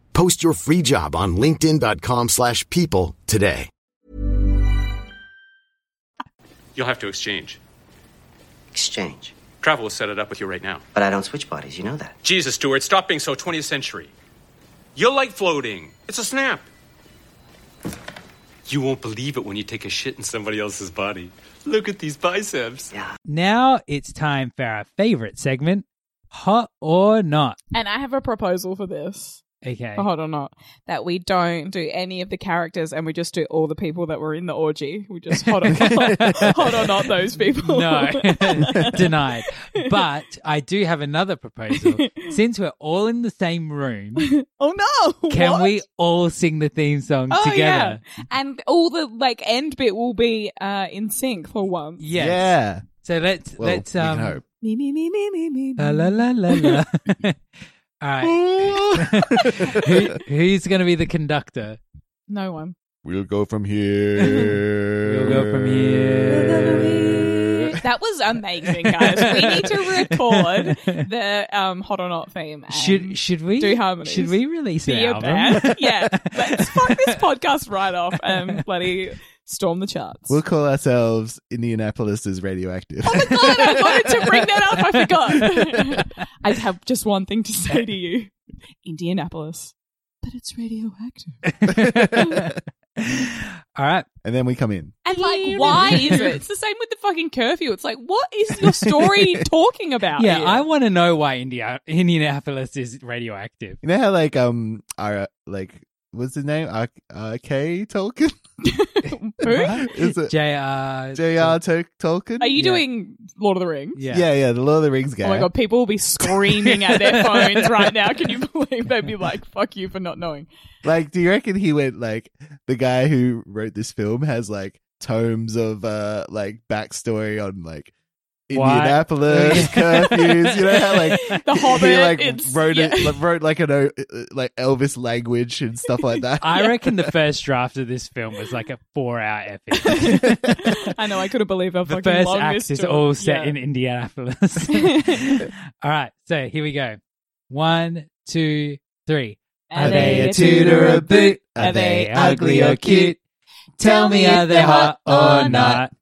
Post your free job on linkedin.com/people slash people today.
You'll have to exchange.
Exchange.
Travel will set it up with you right now.
But I don't switch bodies, you know that.
Jesus, Stuart, stop being so 20th century. You'll like floating. It's a snap. You won't believe it when you take a shit in somebody else's body. Look at these biceps.
now it's time for our favorite segment: hot or not.
And I have a proposal for this.
Okay.
Oh, hold on, not that we don't do any of the characters, and we just do all the people that were in the orgy. We just hold on, hold on, not those people.
No, denied. But I do have another proposal. Since we're all in the same room,
oh no!
can
What?
we all sing the theme song
Oh
together?
yeah, and all the like end bit will be uh in sync for once.
Yes.
Yeah.
So let's
Well,
let's
we can
um
hope.
Me me me me me me.
la la la la la. all right. Who, who's going to be the conductor?
No one.
We'll go from here.
We'll go from here.
That was amazing, guys. we need to record the um hot or not theme. and
Should should we
Um, do harmonies.
Should we release
be
an
a
album?
band? yeah, let's fuck this podcast right off and bloody storm the charts.
We'll call ourselves Indianapolis is radioactive.
God, I wanted to bring that up. I forgot. I have just one thing to say to you Indianapolis. But it's radioactive.
All right.
and then we come in.
And, like, why is it? It's the same with the fucking curfew. It's like, what is your story talking about?
Yeah,
here?
I want to know why India Indianapolis is radioactive.
You know how like um our like what's his name? R- RK Tolkien? Is it
J.R.
J.R. Tol- Tolkien?
Are you doing Lord of the Rings?
Yeah. yeah, The Lord of the Rings guy.
Oh my god, people will be screaming at their phones right now. Can you believe they'd be like, fuck you for not knowing?
Like, do you reckon he went like the guy who wrote this film has like tomes of uh like backstory on like
Why?
Indianapolis curfews? You know how like
The
he
Hobbit,
like
it's-
wrote it
yeah.
like, wrote like an o- like Elvis language and stuff like that.
I reckon the first draft of this film was like a four-hour epic.
I know, I couldn't believe how
the
fucking
first
long
act
this
is
took.
all set
Yeah.
in Indianapolis. all right, so here we go. One, two, three.
Are they a toot
or a boot?
Are they ugly or
cute?
Tell me if they're hot or not.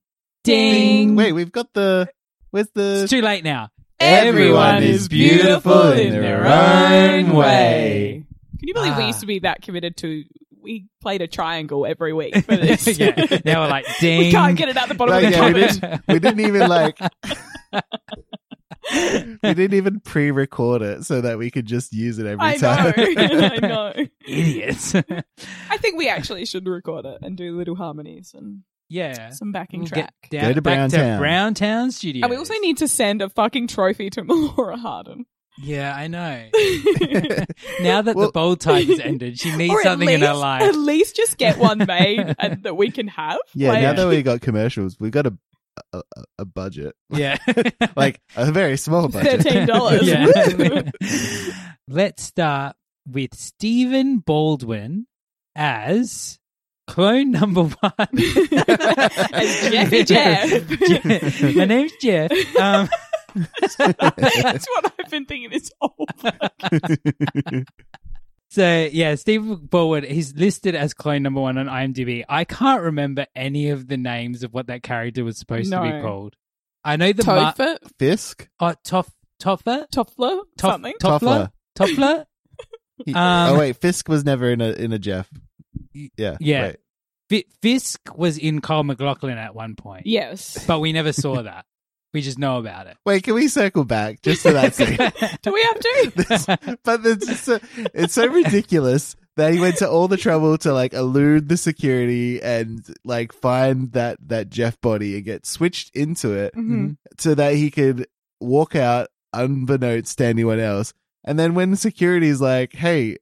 Ding.
Wait, we've got the where's the
It's too late now.
Everyone is beautiful in their own way.
Can you believe we
Ah.
used to be that committed to? We played a triangle every week for this.
yeah. Now we're like, ding.
We can't get it out the bottom
Like,
of the
yeah, we,
cupboard.
didn't, we didn't even like we didn't even pre-record it so that we could just use it every
I
time.
know. I know.
Idiots.
I think we actually should record it and do little harmonies and
yeah.
some backing
We'll
track.
get down,
Go to
back
Browntown.
to Browntown Studios.
And we also need to send a fucking trophy to Melora Hardin.
Yeah, I know. now that the
Well-
bold type has ended, she needs
Or at
something in her
least-
life.
At least just get one made and, that we can have.
Yeah,
Like-
now that we got commercials, we've got a a, a- a budget.
Yeah.
Like a very small budget.
Thirteen dollars.
Yeah. Let's start with Stephen Baldwin as clone number one.
As Jeffy Jeff.
Je- My name's Jeff. Um,
That's what I've been thinking this whole.
so yeah, Stephen Baldwin. He's listed as clone number one on IMDb. I can't remember any of the names of what that character was supposed to be
No.
called. I know the ma-
Topher,
Fisk?
oh, Toff Toffer
Toffler,
Toff-
something.
Toffler Toffler.
He-
Um,
oh wait, Fisk was never in a in a Jeff. Yeah.
Yeah.
right.
Fi Fisk was in Kyle McLaughlin at one point,
Yes.
but we never saw that. We just know about it.
Wait, can we circle back just to that scene?
Do we have to?
This- but it's just so, it's so ridiculous that he went to all the trouble to like elude the security and like find that that Jeff body and get switched into it
Mhm.
so that he could walk out unbeknownst to anyone else. And then when security's like, "Hey,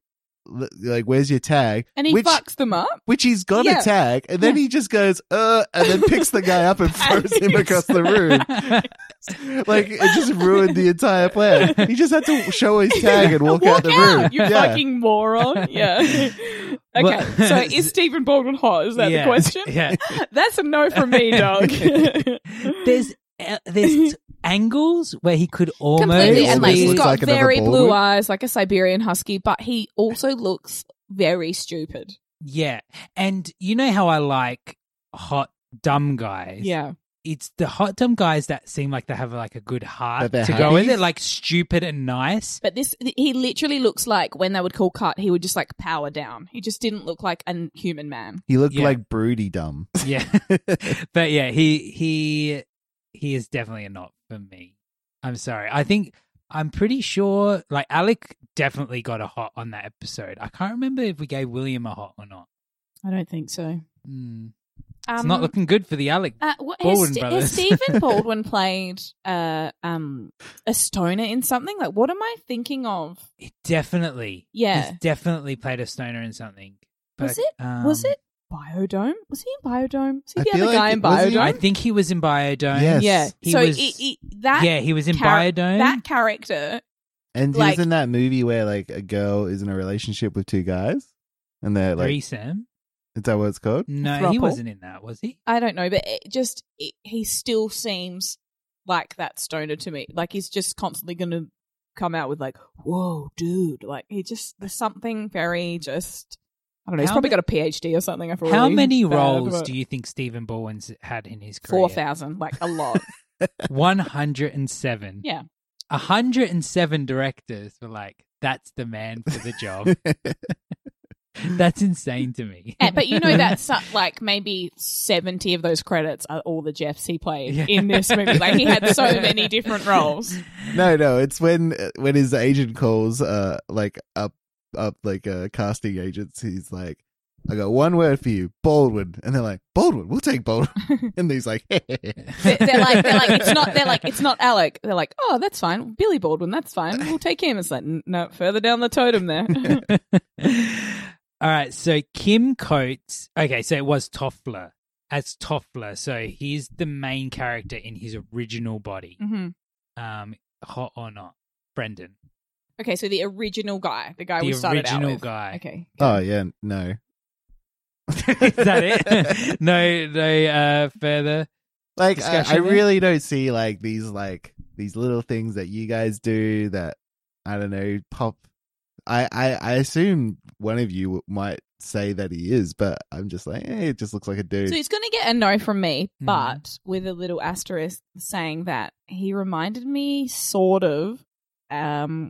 l- like where's your tag?"
And he
which,
fucks them up.
which he's got
Yeah.
a tag, and then he just goes, "Uh," and then picks the guy up and throws him across the room. Like it just ruined the entire plan. He just had to show his tag and walk, out the room.
You fucking moron. Yeah. Okay.
Well-
so is Stephen Baldwin hot? Is that
Yeah,
the question?
Yeah.
That's a no from me, dog.
There's uh, there's angles where he could almost
completely
Almost
and like he's
looks
got
like another
very
Baldwin.
blue eyes like a siberian husky but he also looks very stupid
yeah. And you know how I like hot dumb guys.
yeah
It's the hot dumb guys that seem like they have like a good heart
That
to
they're
go with
happy?
it, like stupid and nice.
but this he literally looks like when they would call cut he would just like power down he just didn't look like a human man
He looked
Yeah.
like broody dumb.
Yeah. but yeah, he he he is definitely a not for me. I'm sorry. I think I'm pretty sure like Alec definitely got a hot on that episode. I can't remember if we gave William a hot or not.
i don't think so
Mm. It's not looking good for the Alec.
Um, uh, what,
Baldwin
has, Ste-
brothers.
has Stephen Baldwin played uh, um, a stoner in something? Like, what am I thinking of?
It definitely.
Yeah.
He's definitely played a stoner in something. um,
was it? was it Biodome? Was he in Biodome? Was he
um,
the
I feel
other
like
guy
it-
in
was he-
Biodome?
I think he was in Biodome.
Yes.
Yeah.
He
so
was-
it, it, that
yeah, he was in
char-
Biodome.
That character
And he
Like-
was in that movie where like a girl is in a relationship with two guys, and they're like,
threesome.
"Is that what it's called?"
No, he
Thruple?
wasn't in that, was he?
I don't know, but it just it, he still seems like that stoner to me. Like he's just constantly going to come out with like, "Whoa, dude!" Like he just there's something very just. I don't know. He's
How
probably
ma-
got a PhD or something. I feel
How many roles do you think Stephen Baldwin's had in his career?
Four thousand, like a lot.
107.
yeah,
107 directors were like, that's the man for the job. that's insane to me.
And- Eh, but you know that so- like maybe seventy of those credits are all the Jeffs he played
Yeah.
in this movie. Like he had so many different roles.
No, no, it's when when his agent calls, uh, like up up like a casting agent. uh, He's like, I got one word for you, Baldwin. And they're like, Baldwin, we'll take Baldwin. and he's like, "Oh,
They're, they're like, they're like, it's not. They're like, it's not Alec. They're like, oh, that's fine. Billy Baldwin, that's fine. We'll take him. It's like, "N- no, further down the totem there.
All right, so Kim Coates. Okay, so it was Toffler as Toffler. So he's the main character in his original body.
Mhm.
Um, hot or not, Brendan,
Okay, so the original guy, the guy
the
we started out
original
with.
guy.
Okay,
oh, yeah, no.
Is that it? no, no uh, further.
Like, I, I
discussion there?
really don't see, like, these, like, these little things that you guys do that, I don't know, pop. I, I, I assume one of you might say that he is, but I'm just like, hey, it just looks like a dude.
so he's gonna get a no from me,
Mm-hmm.
but with a little asterisk saying that he reminded me sort of, um,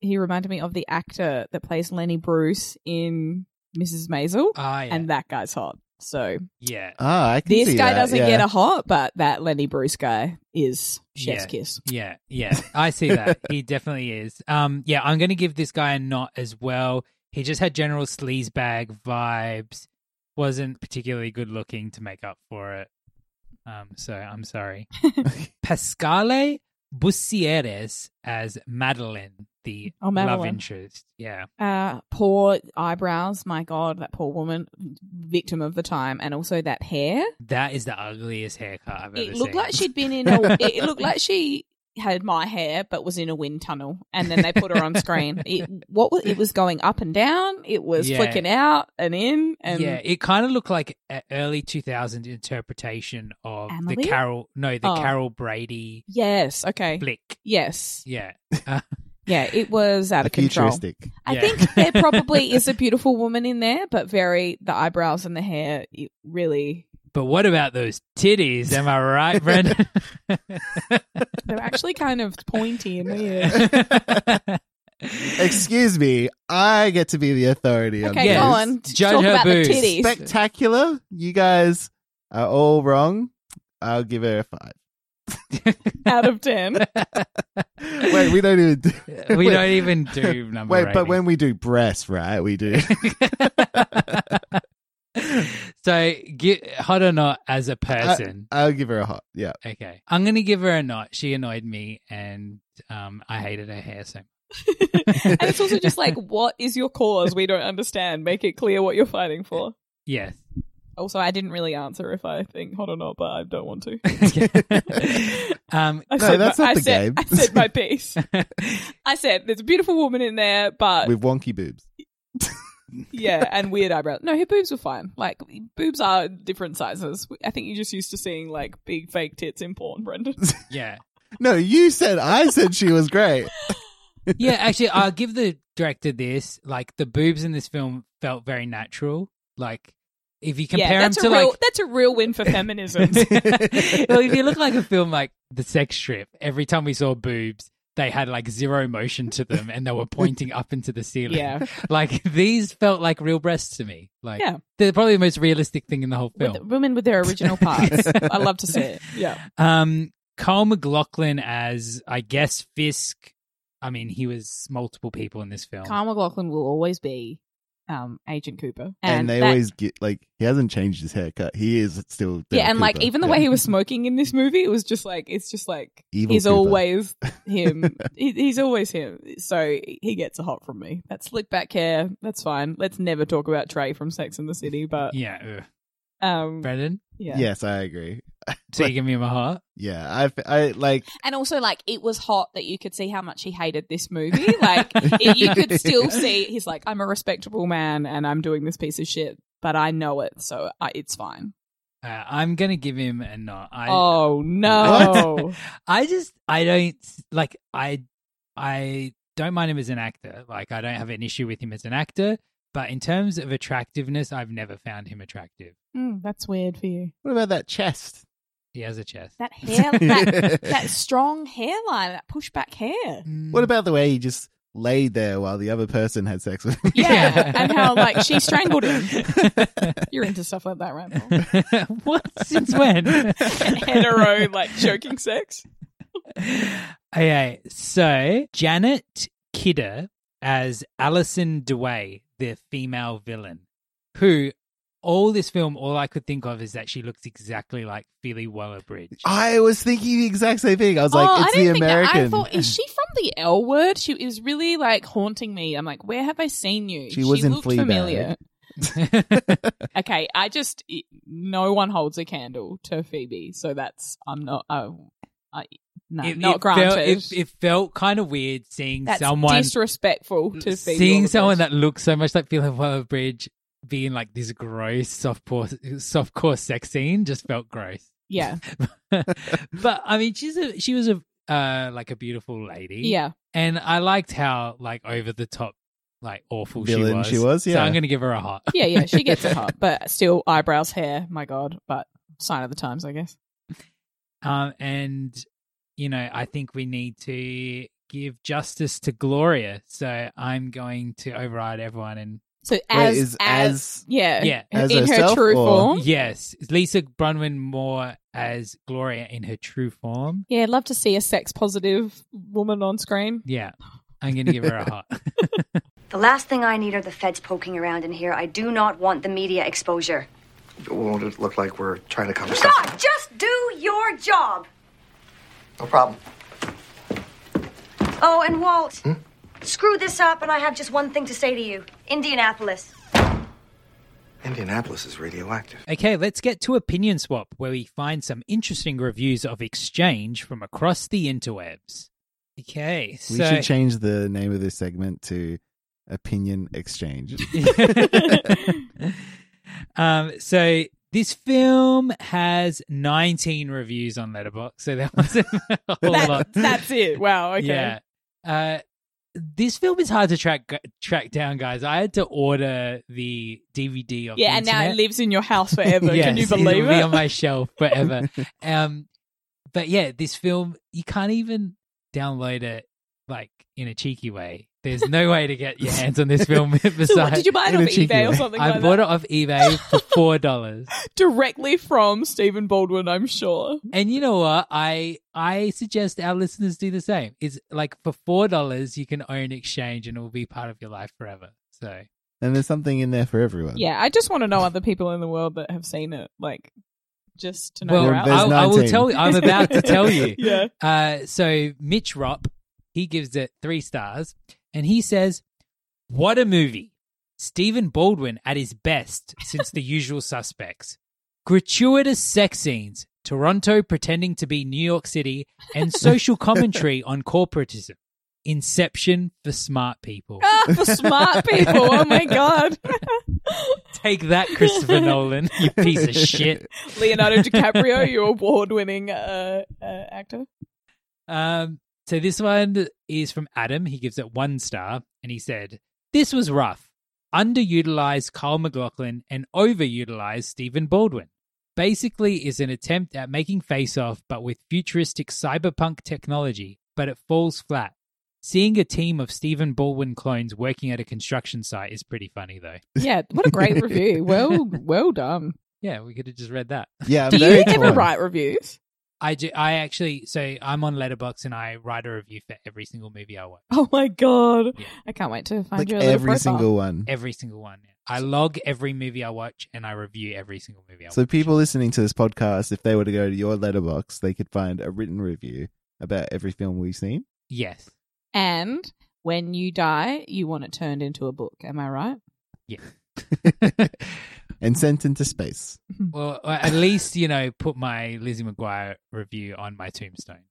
he reminded me of the actor that plays Lenny Bruce in Mrs. Maisel,
Ah, yeah.
and that guy's hot. So
yeah,
Ah, I can
this
see
guy
that,
doesn't
yeah.
get a hot, but that Lenny Bruce guy is chef's
Yeah.
kiss.
Yeah, yeah, I see that. he definitely is. Um, yeah, I'm going to give this guy a not as well. He just had general sleazebag vibes. Wasn't particularly good looking to make up for it. Um, so I'm sorry. Pascale Busieres as Madeline, the
Oh,
love
Madeline.
interest. Yeah,
Uh, poor eyebrows. My God, that poor woman, victim of the time, and also that hair.
that is the ugliest haircut I've ever
It looked
seen.
like she'd been in. A, it it looked like she had my hair, but was in a wind tunnel, and then they put her on screen. It, what was, it was going up and down. It was
Yeah.
flicking out and in, and
yeah, it kind of looked like an early 2000 interpretation of the
Emily?
Carol, no, the
Oh.
Carol Brady
yes, okay,
flick.
yes,
Yeah.
yeah, it was out
A
of control.
futuristic.
I
Yeah.
think there probably is a beautiful woman in there, but very the eyebrows and the hair it really
But what about those titties? Am I right, Brendan?
they're actually kind of pointy and weird.
Excuse me, I get to be the authority on
Okay,
this.
Yes.
go on.
Judge
talk
her
about
boobs.
the titties.
Spectacular. You guys are all wrong. I'll give her a five.
out of ten.
Wait, we don't even do.
we
wait,
don't even do number.
Wait, but when we do breasts, right? We do.
ratings. so get hot or not
Uh,
as a person.
I'll give her a hot. Yeah.
okay, I'm gonna give her a not. She annoyed me, and um, I hated her hair. So
and it's also just like, what is your cause? We don't understand. Make it clear what you're fighting for.
yes.
Also, I didn't really answer if I think hot or not, but I don't want to.
um,
I
No,
said
that's
my,
not
I
the
said,
game.
I said my piece. I said there's a beautiful woman in there, but
With wonky boobs.
yeah, and weird eyebrows. No, her boobs were fine. Like boobs are different sizes. I think you're just used to seeing like big fake tits in porn, Brendan.
yeah,
No, you said I said she was great.
yeah. Actually, I'll give the director this. Like the boobs in this film felt very natural. Like if you compare
yeah,
them
that's
to
a real
like
that's a real win for feminism.
well, if you look like a film like The Sex Strip, every time we saw boobs, they had like zero motion to them and they were pointing up into the ceiling.
yeah.
Like these felt like real breasts to me. Like
Yeah.
they're probably the most realistic thing in the whole
With,
film.
women with their original parts. I love to see it. Yeah.
Um Carl McLaughlin as I guess Fisk. I mean, he was multiple people in this film.
Kyle McLaughlin will always be um, Agent Cooper.
And, they
that-
always get like he hasn't changed his haircut. He is still
Yeah,
Dennis
and like
Cooper.
even the
Yeah.
way he was smoking in this movie, it was just like it's just like
Evil
he's
Cooper.
always him. he, he's always him. So he gets a hot from me. That slick back hair, that's fine. Let's never talk about Trey from Sex in the City, but
Yeah. ugh.
um,
Brendan?
yeah.
Yes, I agree.
So you give me my heart?
Yeah, I I like
And also, like, it was hot that you could see how much he hated this movie. Like, it, you could still see he's like, I'm a respectable man and I'm doing this piece of shit, but I know it, so I, it's fine.
Uh, I'm gonna give him a not. I,
oh no!
I just I don't like I I don't mind him as an actor. Like I don't have an issue with him as an actor, but in terms of attractiveness, I've never found him attractive.
Mm, that's weird for you.
what about that chest?
He has a chest.
That hair, that, that strong hairline, that pushback hair.
Mm.
What about the way he just laid there while the other person had sex with him?
Yeah, and how like she strangled him. You're into stuff like that, right? Paul?
what? Since when?
Hetero, like joking sex.
Okay, so Janet Kidder as Alison Dewey, the female villain. who all this film, all I could think of is that she looks exactly like Philly Weller Bridge.
I was thinking the exact same thing. I was like,
oh,
it's
I
the
didn't think
American.
That. I thought, is she from the L word? She is really like haunting me. I'm like, where have I seen you?
She was in
looked
Fleabag.
familiar. okay, I just no one holds a candle to Phoebe, so that's I'm not. Oh, I no, not granted.
Felt, it, it felt kind of weird seeing
that's
someone
disrespectful to Phoebe.
seeing
Waller-Bridge.
someone that looks so much like Philip Weller Bridge being like this gross softcore softcore sex scene just felt gross.
yeah,
but I mean, she's a she was a uh, like a beautiful lady.
Yeah.
and I liked how like over the top, like awful she
Villain
was.
she was,
so
yeah.
I'm gonna give her a heart.
yeah, yeah, she gets it hot, but still eyebrows, hair. My God, but sign of the times, I guess.
Um, and you know, I think we need to give justice to Gloria. So I'm going to override everyone and
So
Wait,
as
is
as,
as-
yeah,
Yeah.
As
in her
herself
true
or-
form.
yes, Lisa Brunwyn Moore as Gloria in her true form.
Yeah, I'd love to see a sex positive woman on screen.
Yeah, I'm gonna give her a heart.
The last thing I need are the feds poking around in here. I do not want the media exposure.
Won't it look like we're trying to cover something?
God, just do your job.
No problem. Hmm?
Oh, and Walt, screw this up, and I have just one thing to say to you Indianapolis.
Indianapolis is radioactive.
Okay, let's get to Opinion Swap, where we find some interesting reviews of Exchange from across the interwebs. Okay,
we
so
should change the name of this segment to Opinion Exchange.
um, so this film has 19 reviews on Letterboxd, so that was a whole
That,
lot.
that's it. Wow. Okay.
Yeah. Uh, this film is hard to track track down, guys. I had to order the DVD of
Yeah,
the
and now
internet.
it lives in your house forever. Can you
Yes,
believe
it'll Be on
it?
my shelf forever. um, but yeah, this film you can't even download it like in a cheeky way. There's no way to get your hands on this film. besides,
So what, did you buy it
in
off
a cheeky
eBay or
way.
something
I
like
bought
that?
it off eBay for four dollars.
Directly from Stephen Baldwin, I'm sure.
and you know what? I I suggest our listeners do the same. It's like for four dollars you can own exchange and it will be part of your life forever. So
and there's something in there for everyone.
Yeah, I just want to know other people in the world that have seen it, like just to know.
well,
they're out there.
there's
I, I will
19.
tell you. I'm about to tell you.
yeah.
Uh, so Mitch Rop, he gives it three stars, and he says, "What a movie! Stephen Baldwin at his best since The Usual Suspects. Gratuitous sex scenes, Toronto pretending to be New York City, and social commentary on corporatism. Inception for smart people.
Ah, for smart people. Oh my god.
Take that, Christopher Nolan, you piece of shit."
Leonardo DiCaprio, your award-winning uh, uh, actor.
Um, so this one is from Adam. He gives it one star and he said, This was rough. Underutilized Kyle McLaughlin and overutilized Stephen Baldwin. Basically is an attempt at making face off but with futuristic cyberpunk technology, but it falls flat. Seeing a team of Stephen Baldwin clones working at a construction site is pretty funny though.
Yeah, what a great review. Well, well done.
Yeah, we could have just read that.
Yeah. I'm
Do
very
you ever
torn.
write reviews?
I do, I actually so I'm on Letterbox and I write a review for every single movie I watch.
Oh my god,
Yeah.
I can't wait to find
Like
you your little
every
profile.
single one.
Every single one. I log every movie I watch and I review every single movie I
So
watch.
people listening to this podcast, if they were to go to your letterbox, they could find a written review about every film we've seen.
Yes.
And when you die, you want it turned into a book. Am I right?
Yeah.
and sent into space.
well, or at least, you know, put my Lizzie McGuire review on my tombstone.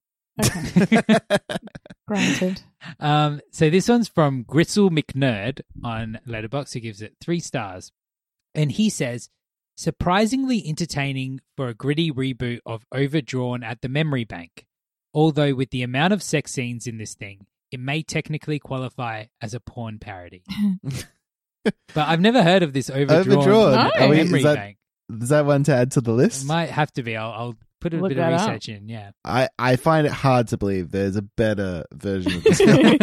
Granted.
Um, so this one's from Gristle McNerd on Letterbox, who gives it three stars. And he says, surprisingly entertaining for a gritty reboot of Overdrawn at the Memory Bank. Although with the amount of sex scenes in this thing, it may technically qualify as a porn parody. but I've never heard of this Overdrawn,
Overdrawn.
at the
Are we-
is
Memory
that-
Bank.
Is that one to add to the
It
list?
might have to be. I'll, I'll put a
Look
bit of
that up.
research in. Yeah.
I, I find it hard to believe there's a better version of this film.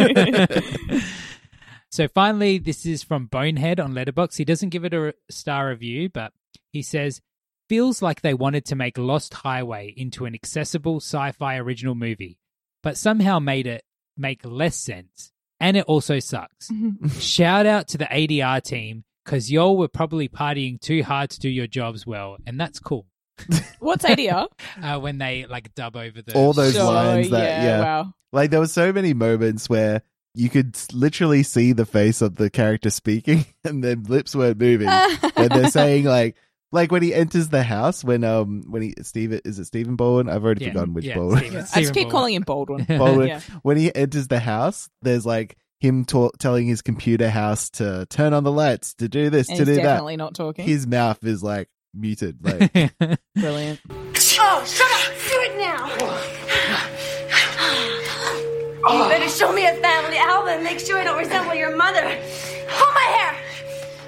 so finally, this is from Bonehead on Letterbox. He doesn't give it a re- star review, but he says feels like they wanted to make Lost Highway into an accessible sci-fi original movie, but somehow made it
Mm-hmm.
make less sense, and it also sucks. Shout out to the ADR team because y'all were probably partying too hard to do your jobs well, and that's cool.
What's ADR?
uh, when they like dub over the
all those
Sure,
lines that yeah,
wow.
like there were so many moments where you could s- literally see the face of the character speaking and their lips weren't moving and they're saying like like when he enters the house when um when he Steve is it Stephen Baldwin I've already
Yeah,
forgotten which
yeah,
Baldwin
Stephen- I just keep calling him Baldwin.
Baldwin
Yeah.
when he enters the house there's like him ta- telling his computer house to turn on the lights to do this
And
to
he's
do that
definitely not talking.
his mouth is like muted like
Brilliant.
Oh, shut up! Do it now! You better show me a family album and make sure I don't resemble your mother. Hold my hair!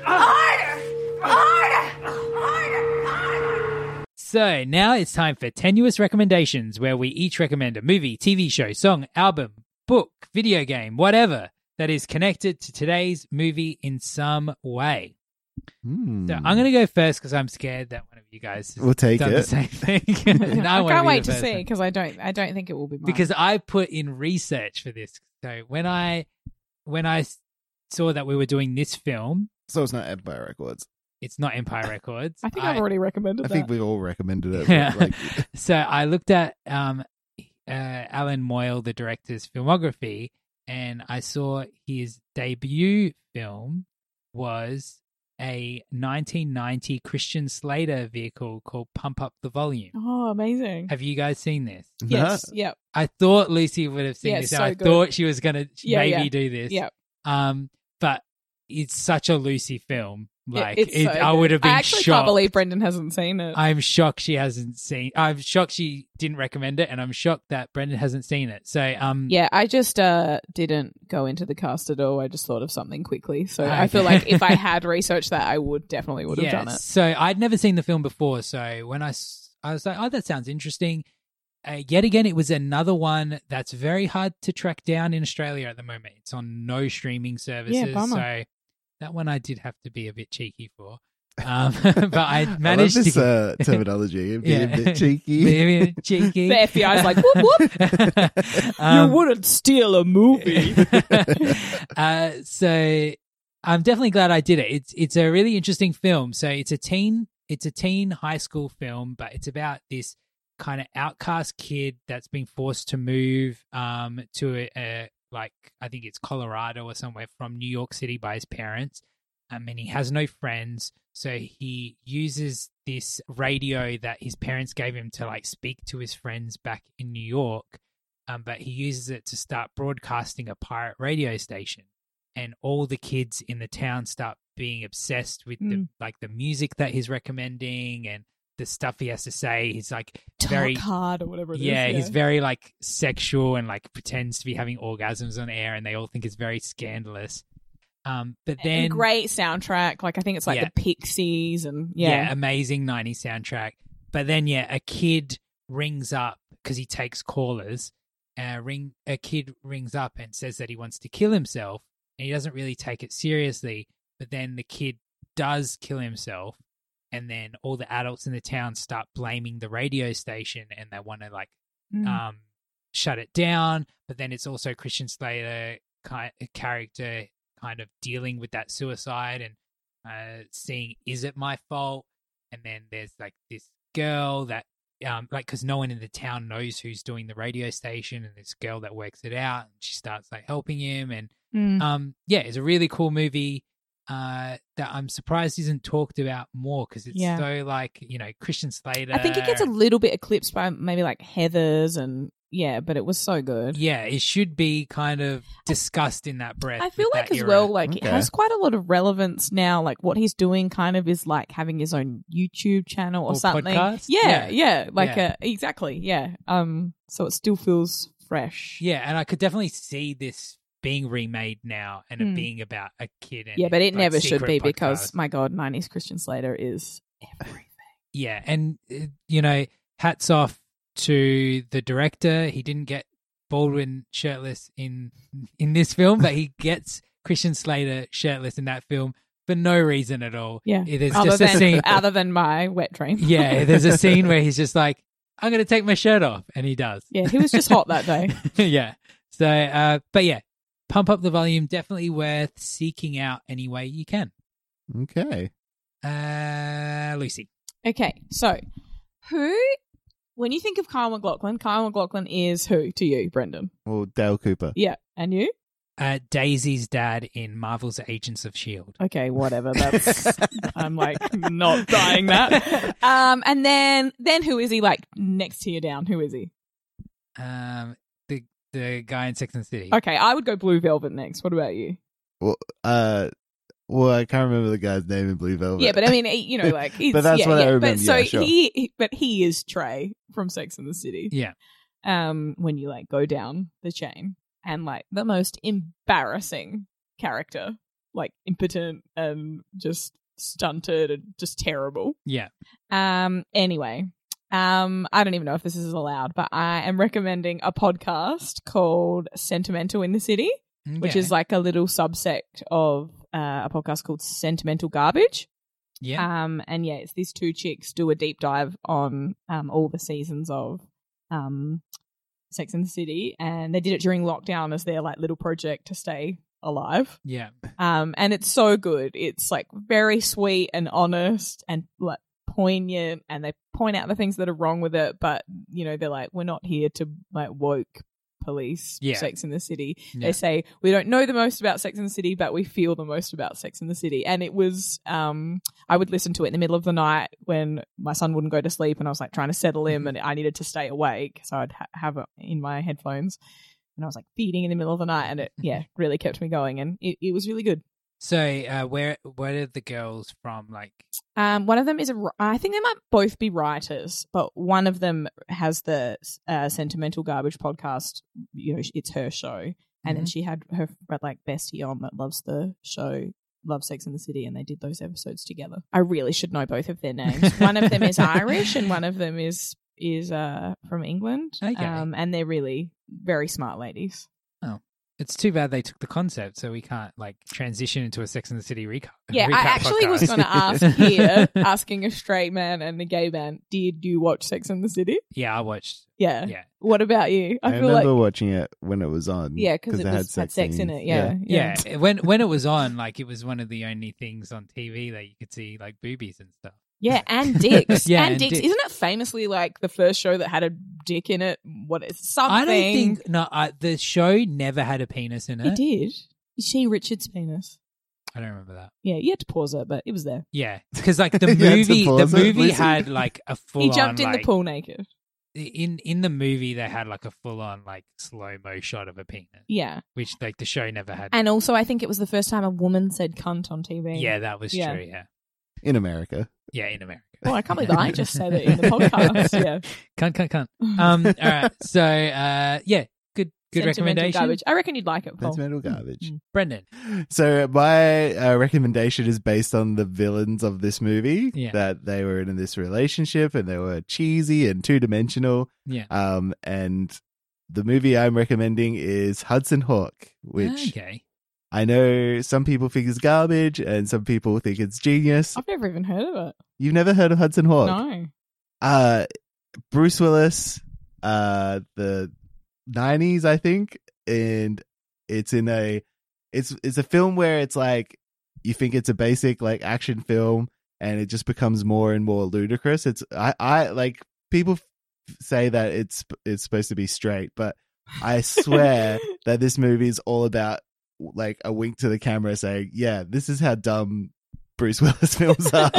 Harder! Harder!
So now it's time for tenuous recommendations, where we each recommend a movie, TV show, song, album, book, video game, whatever that is connected to today's movie in some way.
hmm.
So I'm going to go first because I'm scared that one of you guys has
We'll take
done
it.
the same thing. and I,
I,
wanna
can't
be
wait
the
to
first
see
one.
because I don't. I don't think it will be mine.
because I put in research for this. So when I when I s- saw that we were doing this film,
so it's not Empire Records
it's not Empire Records.
I think I, have already recommended
I
that.
think we all recommended it
Yeah.
like
so I looked at um, uh, Alan Moyle, the director's filmography, and I saw his debut film was a 1990 Christian Slater vehicle called Pump Up the Volume.
oh, amazing.
Have you guys seen this?
Yes. Yep.
I thought Lucy would have seen
Yeah,
this.
so
and I
good.
thought she was going to
Yeah,
maybe
yeah.
do this.
Yeah.
Um, but it's such a Lucy film.
Yeah,
Like
it's
it,
so
I
good.
would have been
I actually
shocked.
can't believe Brendan hasn't seen it.
I'm shocked she hasn't seen. I'm shocked she didn't recommend it, and I'm shocked that Brendan hasn't seen it. So, um,
yeah, I just uh, didn't go into the cast at all. I just thought of something quickly. So
Okay.
I feel like if I had researched that, I would definitely would have
yeah,
done it.
So I'd never seen the film before. So when I s- I was like, oh, that sounds interesting. Uh, yet again, it was another one that's very hard to track down in Australia at the moment. It's on no streaming services,
bummer.
so that one I did have to be a bit cheeky for. Um, but I managed
I love this
to
uh, terminology. Being a bit cheeky.
Being a bit cheeky.
The FBI is like, whoop whoop.
Um,
you wouldn't steal a movie.
uh, so I'm definitely glad I did it. It's it's a really interesting film. So it's a teen it's a teen high school film, but it's about this kind of outcast kid that's been forced to move um to a, a like I think it's Colorado or somewhere from New York City by his parents. Um, and he has no friends, so he uses this radio that his parents gave him to like speak to his friends back in New York um, but he uses it to start broadcasting a pirate radio station, and all the kids in the town start being obsessed with the
Mm.
like the music that he's recommending and the stuff he has to say. He's like
Talk
very
hard or whatever it is,
yeah, he's
yeah.
very like sexual and like pretends to be having orgasms on air, and they all think it's very scandalous. Um, but then
And great soundtrack. Like I think it's like
Yeah.
the Pixies and
yeah.
yeah.
amazing 90s soundtrack. But then, yeah, a kid rings up because he takes callers. Uh, ring a kid rings up and says that he wants to kill himself, and he doesn't really take it seriously. But then the kid does kill himself, and then all the adults in the town start blaming the radio station, and they want to like
Mm.
um, shut it down. But then it's also Christian Slater ki- character kind of dealing with that suicide and uh, seeing is it my fault? And then there's like this girl that um, like because no one in the town knows who's doing the radio station, and this girl that works it out, and she starts like helping him, and
Mm.
um, yeah, it's a really cool movie. Uh, that I'm surprised isn't talked about more because it's
Yeah.
so like you know Christian Slater.
I think it gets a little bit eclipsed by maybe like Heather's and yeah, but it was so good.
Yeah, it should be kind of discussed in that breath.
I feel
with
like
that
as
era.
well, like it has quite a lot of relevance now. Like what he's doing, kind of is like having his own YouTube channel or,
Or
something.
podcast?
Yeah,
Yeah.
yeah, like
Yeah.
Uh, exactly, yeah. Um, so it still feels fresh.
Yeah, and I could definitely see this being remade now and it
Hmm.
being about a kid. And
yeah, but it
like,
never should
secret
be
podcast.
because my god, nineties Christian Slater is
yeah, and uh, you know, hats off to the director. He didn't get Baldwin shirtless in in this film, but he gets Christian Slater shirtless in that film for no reason at all.
yeah.
it is
other
just
than
a scene.
other than my wet dream.
yeah, there's a scene where he's just like, "I'm going to take my shirt off," and he does.
yeah, he was just hot that day.
yeah. So, uh, but yeah, pump up the volume. Definitely worth seeking out any way you can.
Okay.
Uh, Lucy.
Okay, so who, when you think of Kyle McLaughlin, Kyle McLaughlin is who to you, Brendan?
Well, Dale Cooper.
Yeah, and you?
Uh, Daisy's dad in Marvel's Agents of S.H.I.E.L.D.
Okay, whatever. That's I'm like not buying that. Um, and then then who is he? Like next tier down, who is he?
Um, the the guy in Sex and the City.
Okay, I would go Blue Velvet next. What about you?
Well, uh, well, I can't remember the guy's name in Blue Velvet.
Yeah, but I mean, he- you know, like, it's,
but that's
yeah,
what
yeah.
I remember.
But so
yeah, sure.
he, he- but he is Trey from Sex and the City.
Yeah.
Um, when you like go down the chain and like the most embarrassing character, like impotent and just stunted and just terrible.
Yeah.
Um. Anyway, um, I don't even know if this is allowed, but I am recommending a podcast called Sentimental in the City, which
Okay.
is like a little subsect of uh, a podcast called Sentimental Garbage.
Yeah.
Um, and yeah, it's these two chicks do a deep dive on um, all the seasons of um, Sex and the City, and they did it during lockdown as their like little project to stay alive.
Yeah.
Um, and it's so good. It's like very sweet and honest and like poignant, and they point out the things that are wrong with it. But you know, they're like, we're not here to like woke police
Yeah.
Sex in the City.
Yeah.
They say we don't know the most about Sex in the City, but we feel the most about Sex in the City. And it was, um, I would listen to it in the middle of the night when my son wouldn't go to sleep, and I was like trying to settle
Mm-hmm.
him, and I needed to stay awake, so I'd ha- have it in my headphones. And I was like feeding in the middle of the night, and it yeah really kept me going, and it, it was really good.
So, uh, where where are the girls from? Like,
Um, one of them is a. wr- I think they might both be writers, but one of them has the uh, sentimental garbage podcast. You know, it's her show, and then
Mhm.
she had her like bestie on that loves the show, loves Sex in the City, and they did those episodes together. I really should know both of their names. one of them is Irish, and one of them is is uh from England.
Okay.
Um, and they're really very smart ladies.
oh, it's too bad they took the concept, so we can't like transition into a Sex and the City recap.
Yeah,
recap
I actually was
podcast.
going to ask here, uh, asking a straight man and a gay man, did you watch Sex in the City?
yeah, I watched.
Yeah. What about you?
I,
I, feel
remember
like
watching it when it was on.
Yeah, 'cause it
they
was- had sex in
scenes.
it, yeah.
yeah. When when it was on, like it was one of the only things on TV that you could see like boobies and stuff.
yeah, and dicks,
Yeah,
and,
and
dicks.
dicks.
Isn't it famously like the first show that had a dick in it? What is something?
I don't think no. I, the show never had a penis in it.
it did. She Richard's penis.
I don't remember that.
Yeah, you had to pause it, but it was there.
Yeah, because like the
You had to
movie, the
pause it,
movie
Lucy.
had like a full.
he jumped in
like,
the pool naked.
In in the movie, they had like a full on like slow mo shot of a penis.
Yeah.
which like the show never had.
And also, I think it was the first time a woman said cunt on TV.
yeah, that was true. Yeah,
in America.
yeah, in America.
Well, I can't believe I just said it in the podcast. Yeah.
Cunt, cunt, cunt. Um, all right. So, uh, yeah, good, good
Sentimental
recommendation,
Garbage. I reckon you'd like it, Paul. Mm.
Sentimental garbage.
Brendan.
So my uh, recommendation is based on the villains of this movie
Yeah.
that they were in this relationship and they were cheesy and two dimensional.
Yeah.
Um, and the movie I'm recommending is Hudson Hawk,
Ah,
which
okay,
I know some people think is garbage and some people think it's genius.
I've never even heard of it.
You've never heard of Hudson Hawk?
Oh. No.
uh Bruce Willis, uh the nineties, I think, and it's in a it's it's a film where it's like you think it's a basic like action film and it just becomes more and more ludicrous. It's I I like people f- say that it's it's supposed to be straight, but I swear that this movie is all about like a wink to the camera saying, "Yeah, this is how dumb Bruce Willis films are."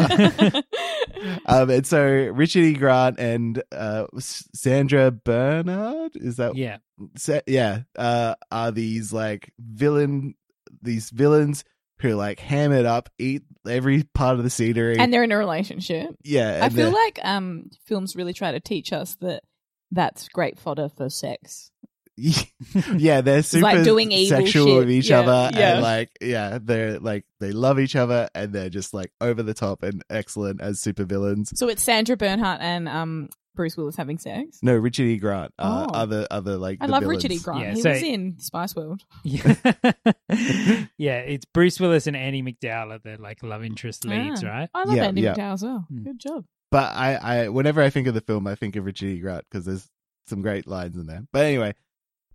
um, and so Richard E. Grant and uh, S- Sandra Bernard is that
yeah,
Sa- yeah uh, are these like villain these villains who like ham it up, eat every part of the scenery,
And they're in a relationship.
yeah.
I
and
feel
they're-
like um, films really try to teach us that that's great fodder for sex.
yeah, they're super
like doing evil
sexual
shit.
with each
Yeah,
other,
yeah.
and like, yeah, they're like they love each other, and they're just like over the top and excellent as supervillains.
So it's Sandra Bernhardt and um, Bruce Willis having sex.
No, Richard E. Grant, uh,
Oh.
other other like
I
the
love
villains.
Richard E. Grant.
Yeah,
he
so-
was in Spice World.
yeah. It's Bruce Willis and Annie McDowell are the like love interest leads,
Yeah.
right?
Ah. I
Hmm.
love
Yeah,
Andy
yeah.
McDowell as well. Good job.
But I, I, whenever I think of the film, I think of Richard E. Grant because there's some great lines in there. But anyway,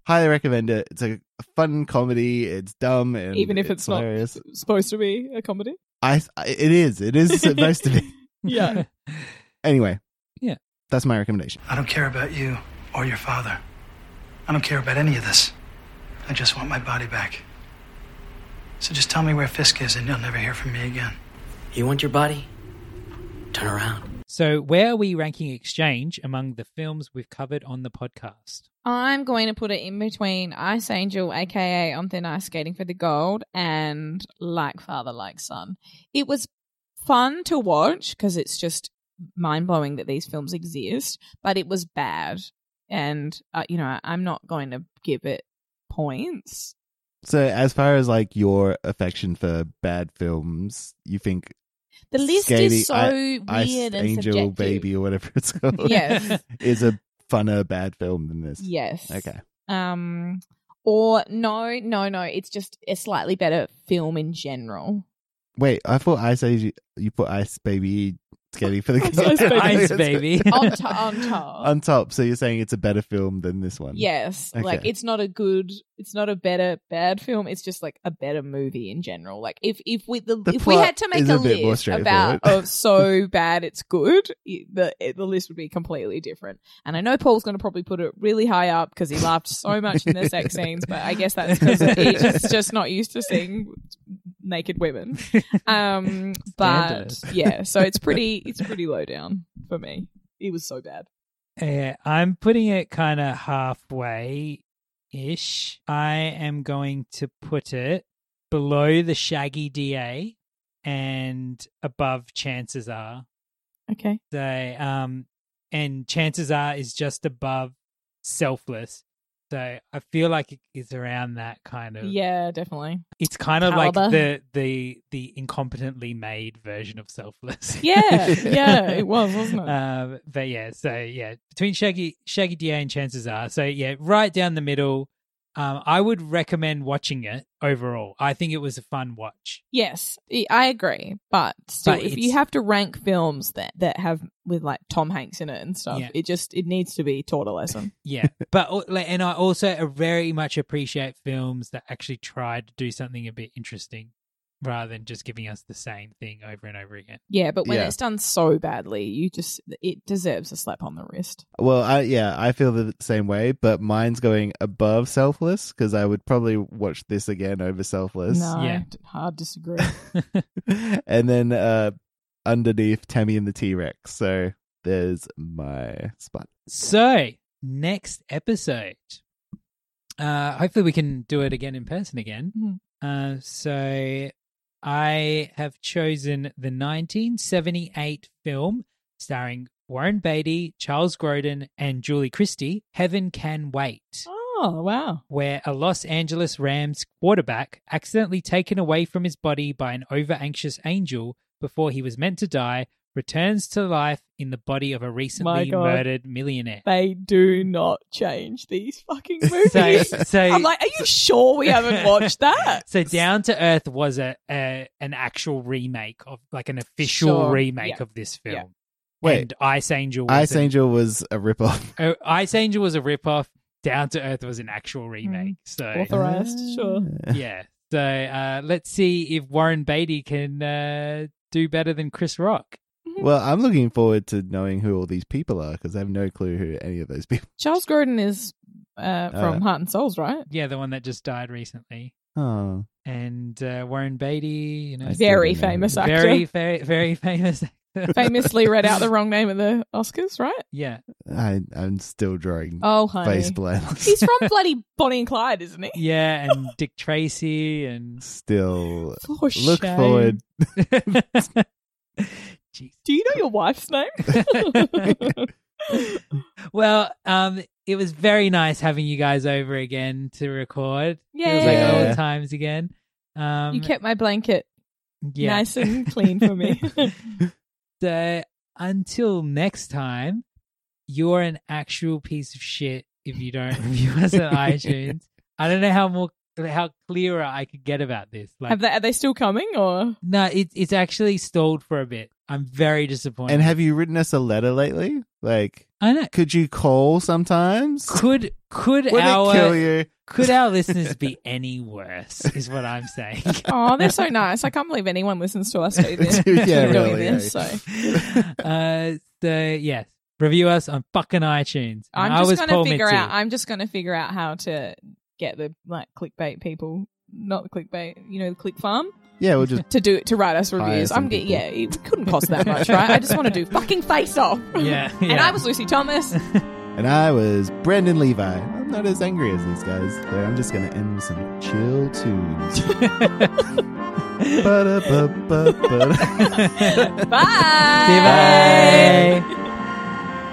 highly recommend it. It's a fun comedy. It's dumb and
Even if it's, not
hilarious.
supposed to be a comedy.
I it is. It is most of it.
Yeah.
Anyway.
Yeah.
That's my recommendation.
I don't care about you or your father. I don't care about any of this. I just want my body back. So just tell me where Fisk is and you'll never hear from me again.
You want your body? Turn around.
So, where are we ranking Exchange among the films we've covered on the podcast?
I'm going to put it in between Ice Angel, aka On Thin Ice Skating for the Gold, and Like Father, Like Son. It was fun to watch because it's just mind blowing that these films exist, but it was bad. And, uh, you know, I'm not going to give it points.
So as far as like your affection for bad films, you think
The list
Scaly-
is so
I-
weird
Ice
and
Angel
subjective.
Baby or whatever it's called.
Yes.
is a funner bad film than this.
Yes.
Okay.
Um, or no, no, no. It's just a slightly better film in general.
Wait, I thought Ice Age you put Ice Baby Skelly for the
Ice Baby. Ice Baby.
on, to- on top.
on top. So you're saying it's a better film than this one?
Yes. Like
Okay.
it's not a good. It's not a better bad film. It's just like a better movie in general. Like if if we the,
The
if we
plot
had to make
is
a,
a bit more
list
straightforward.
about of so bad it's good, it- the it- the list would be completely different. And I know Paul's going to probably put it really high up because he laughed so much in the sex scenes. But I guess that's because he's just not used to seeing naked women. Um, but
Standard.
yeah, so it's pretty it's pretty low down for me. It was so bad.
Yeah, I'm putting it kind of halfway ish. I am going to put it below the Shaggy DA and above Chances Are.
Okay.
So, um, and Chances Are is just above Selfless. So I feel like it's around that kind of.
Yeah, definitely.
It's kind of like
Caliber.
the the the incompetently made version of Selfless.
Yeah, yeah, it was, wasn't it?
Um, but yeah, so yeah, between Shaggy Shaggy DA and Chances Are, so yeah, right down the middle. Um, I would recommend watching it overall. I think it was a fun watch.
Yes, I- I agree. But still,
But
if
it's-
you have to rank films that, that have with like Tom Hanks in it and stuff,
Yeah.
it just it needs to be taught a lesson.
Yeah, but al- like, and I also very much appreciate films that actually try to do something a bit interesting, rather than just giving us the same thing over and over again.
yeah, but when
Yeah.
it's done so badly, you just it deserves a slap on the wrist.
Well, I yeah, I feel the same way, but mine's going above Selfless because I would probably watch this again over Selfless.
No,
Yeah.
d- hard disagree. Mm-hmm.
and then uh underneath Tammy and the T Rex. So there's my spot.
So, next episode. Uh hopefully we can do it again in person again.
Mhm.
Uh so I have chosen the 1978 film starring Warren Beatty, Charles Grodin and Julie Christie, Heaven Can Wait
oh wow,
where a Los Angeles Rams quarterback accidentally taken away from his body by an over anxious angel before he was meant to die returns to life in the body of a recently
God.
murdered millionaire.
they do not change these fucking movies.
So, so,
I'm like, are you sure we haven't watched that?
so Down to Earth was a, a an actual remake of like an official
Sure,
remake
yeah,
of this film.
yeah.
Wait.
and Ice Angel. Was
Ice
a-
Angel was a ripoff.
oh, Ice Angel was a ripoff. Down to Earth was an actual
Mm-hmm.
remake. So
Authorized, sure.
yeah. So uh, let's see if Warren Beatty can uh, do better than Chris Rock.
Well, I'm looking forward to knowing who all these people are because I have no clue who any of those people.
Charles Grodin is uh, from
Uh,
Heart and Souls, right?
Yeah, the one that just died recently.
Oh,
And uh, Warren Beatty, you know,
I still
Very
don't know.
famous actor.
very, very, very famous. actor.
famously read out the wrong name of the Oscars, right?
yeah.
I, I'm still drawing
Oh, honey.
face blanks.
He's from bloody Bonnie and Clyde, isn't he?
Yeah. And Dick Tracy and.
Still
For
look
shame.
forward.
Jeez.
Do you know your wife's name?
well, um, it was very nice having you guys over again to record. It was like
Yay.
old times again. Um,
you kept my blanket
yeah.
nice and clean for me.
So until next time, you're an actual piece of shit if you don't review us on iTunes. I don't know how more how clearer I could get about this. Like,
Have they, are they still coming or?
no, it, it's actually stalled for a bit. I'm very disappointed.
And have you written us a letter lately? Like,
I know.
could you call sometimes?
Could could
Would it
our
kill you
Could our listeners be any worse? Is what I'm saying.
Oh, they're so nice. I can't believe anyone listens to us do this.
Yeah,
doing
really,
this.
yeah.
So
uh, so yes, review us on fucking iTunes. And I
I'm
was
just
Paul
gonna figure
Mitzi.
out. I'm just gonna figure out how to get the like clickbait people, not the clickbait. You know, the click farm.
Yeah, we'll just
to do to write us
Hire
reviews.
some
I'm get,
people.
yeah, it couldn't cost that much, right? I just want to do fucking face off.
Yeah,
And
yeah.
I was Lucy Thomas.
And I was Brandon Levi. I'm not as angry as these guys. So I'm just going to end with some chill tunes. Ba-da-ba-ba-ba.
Bye.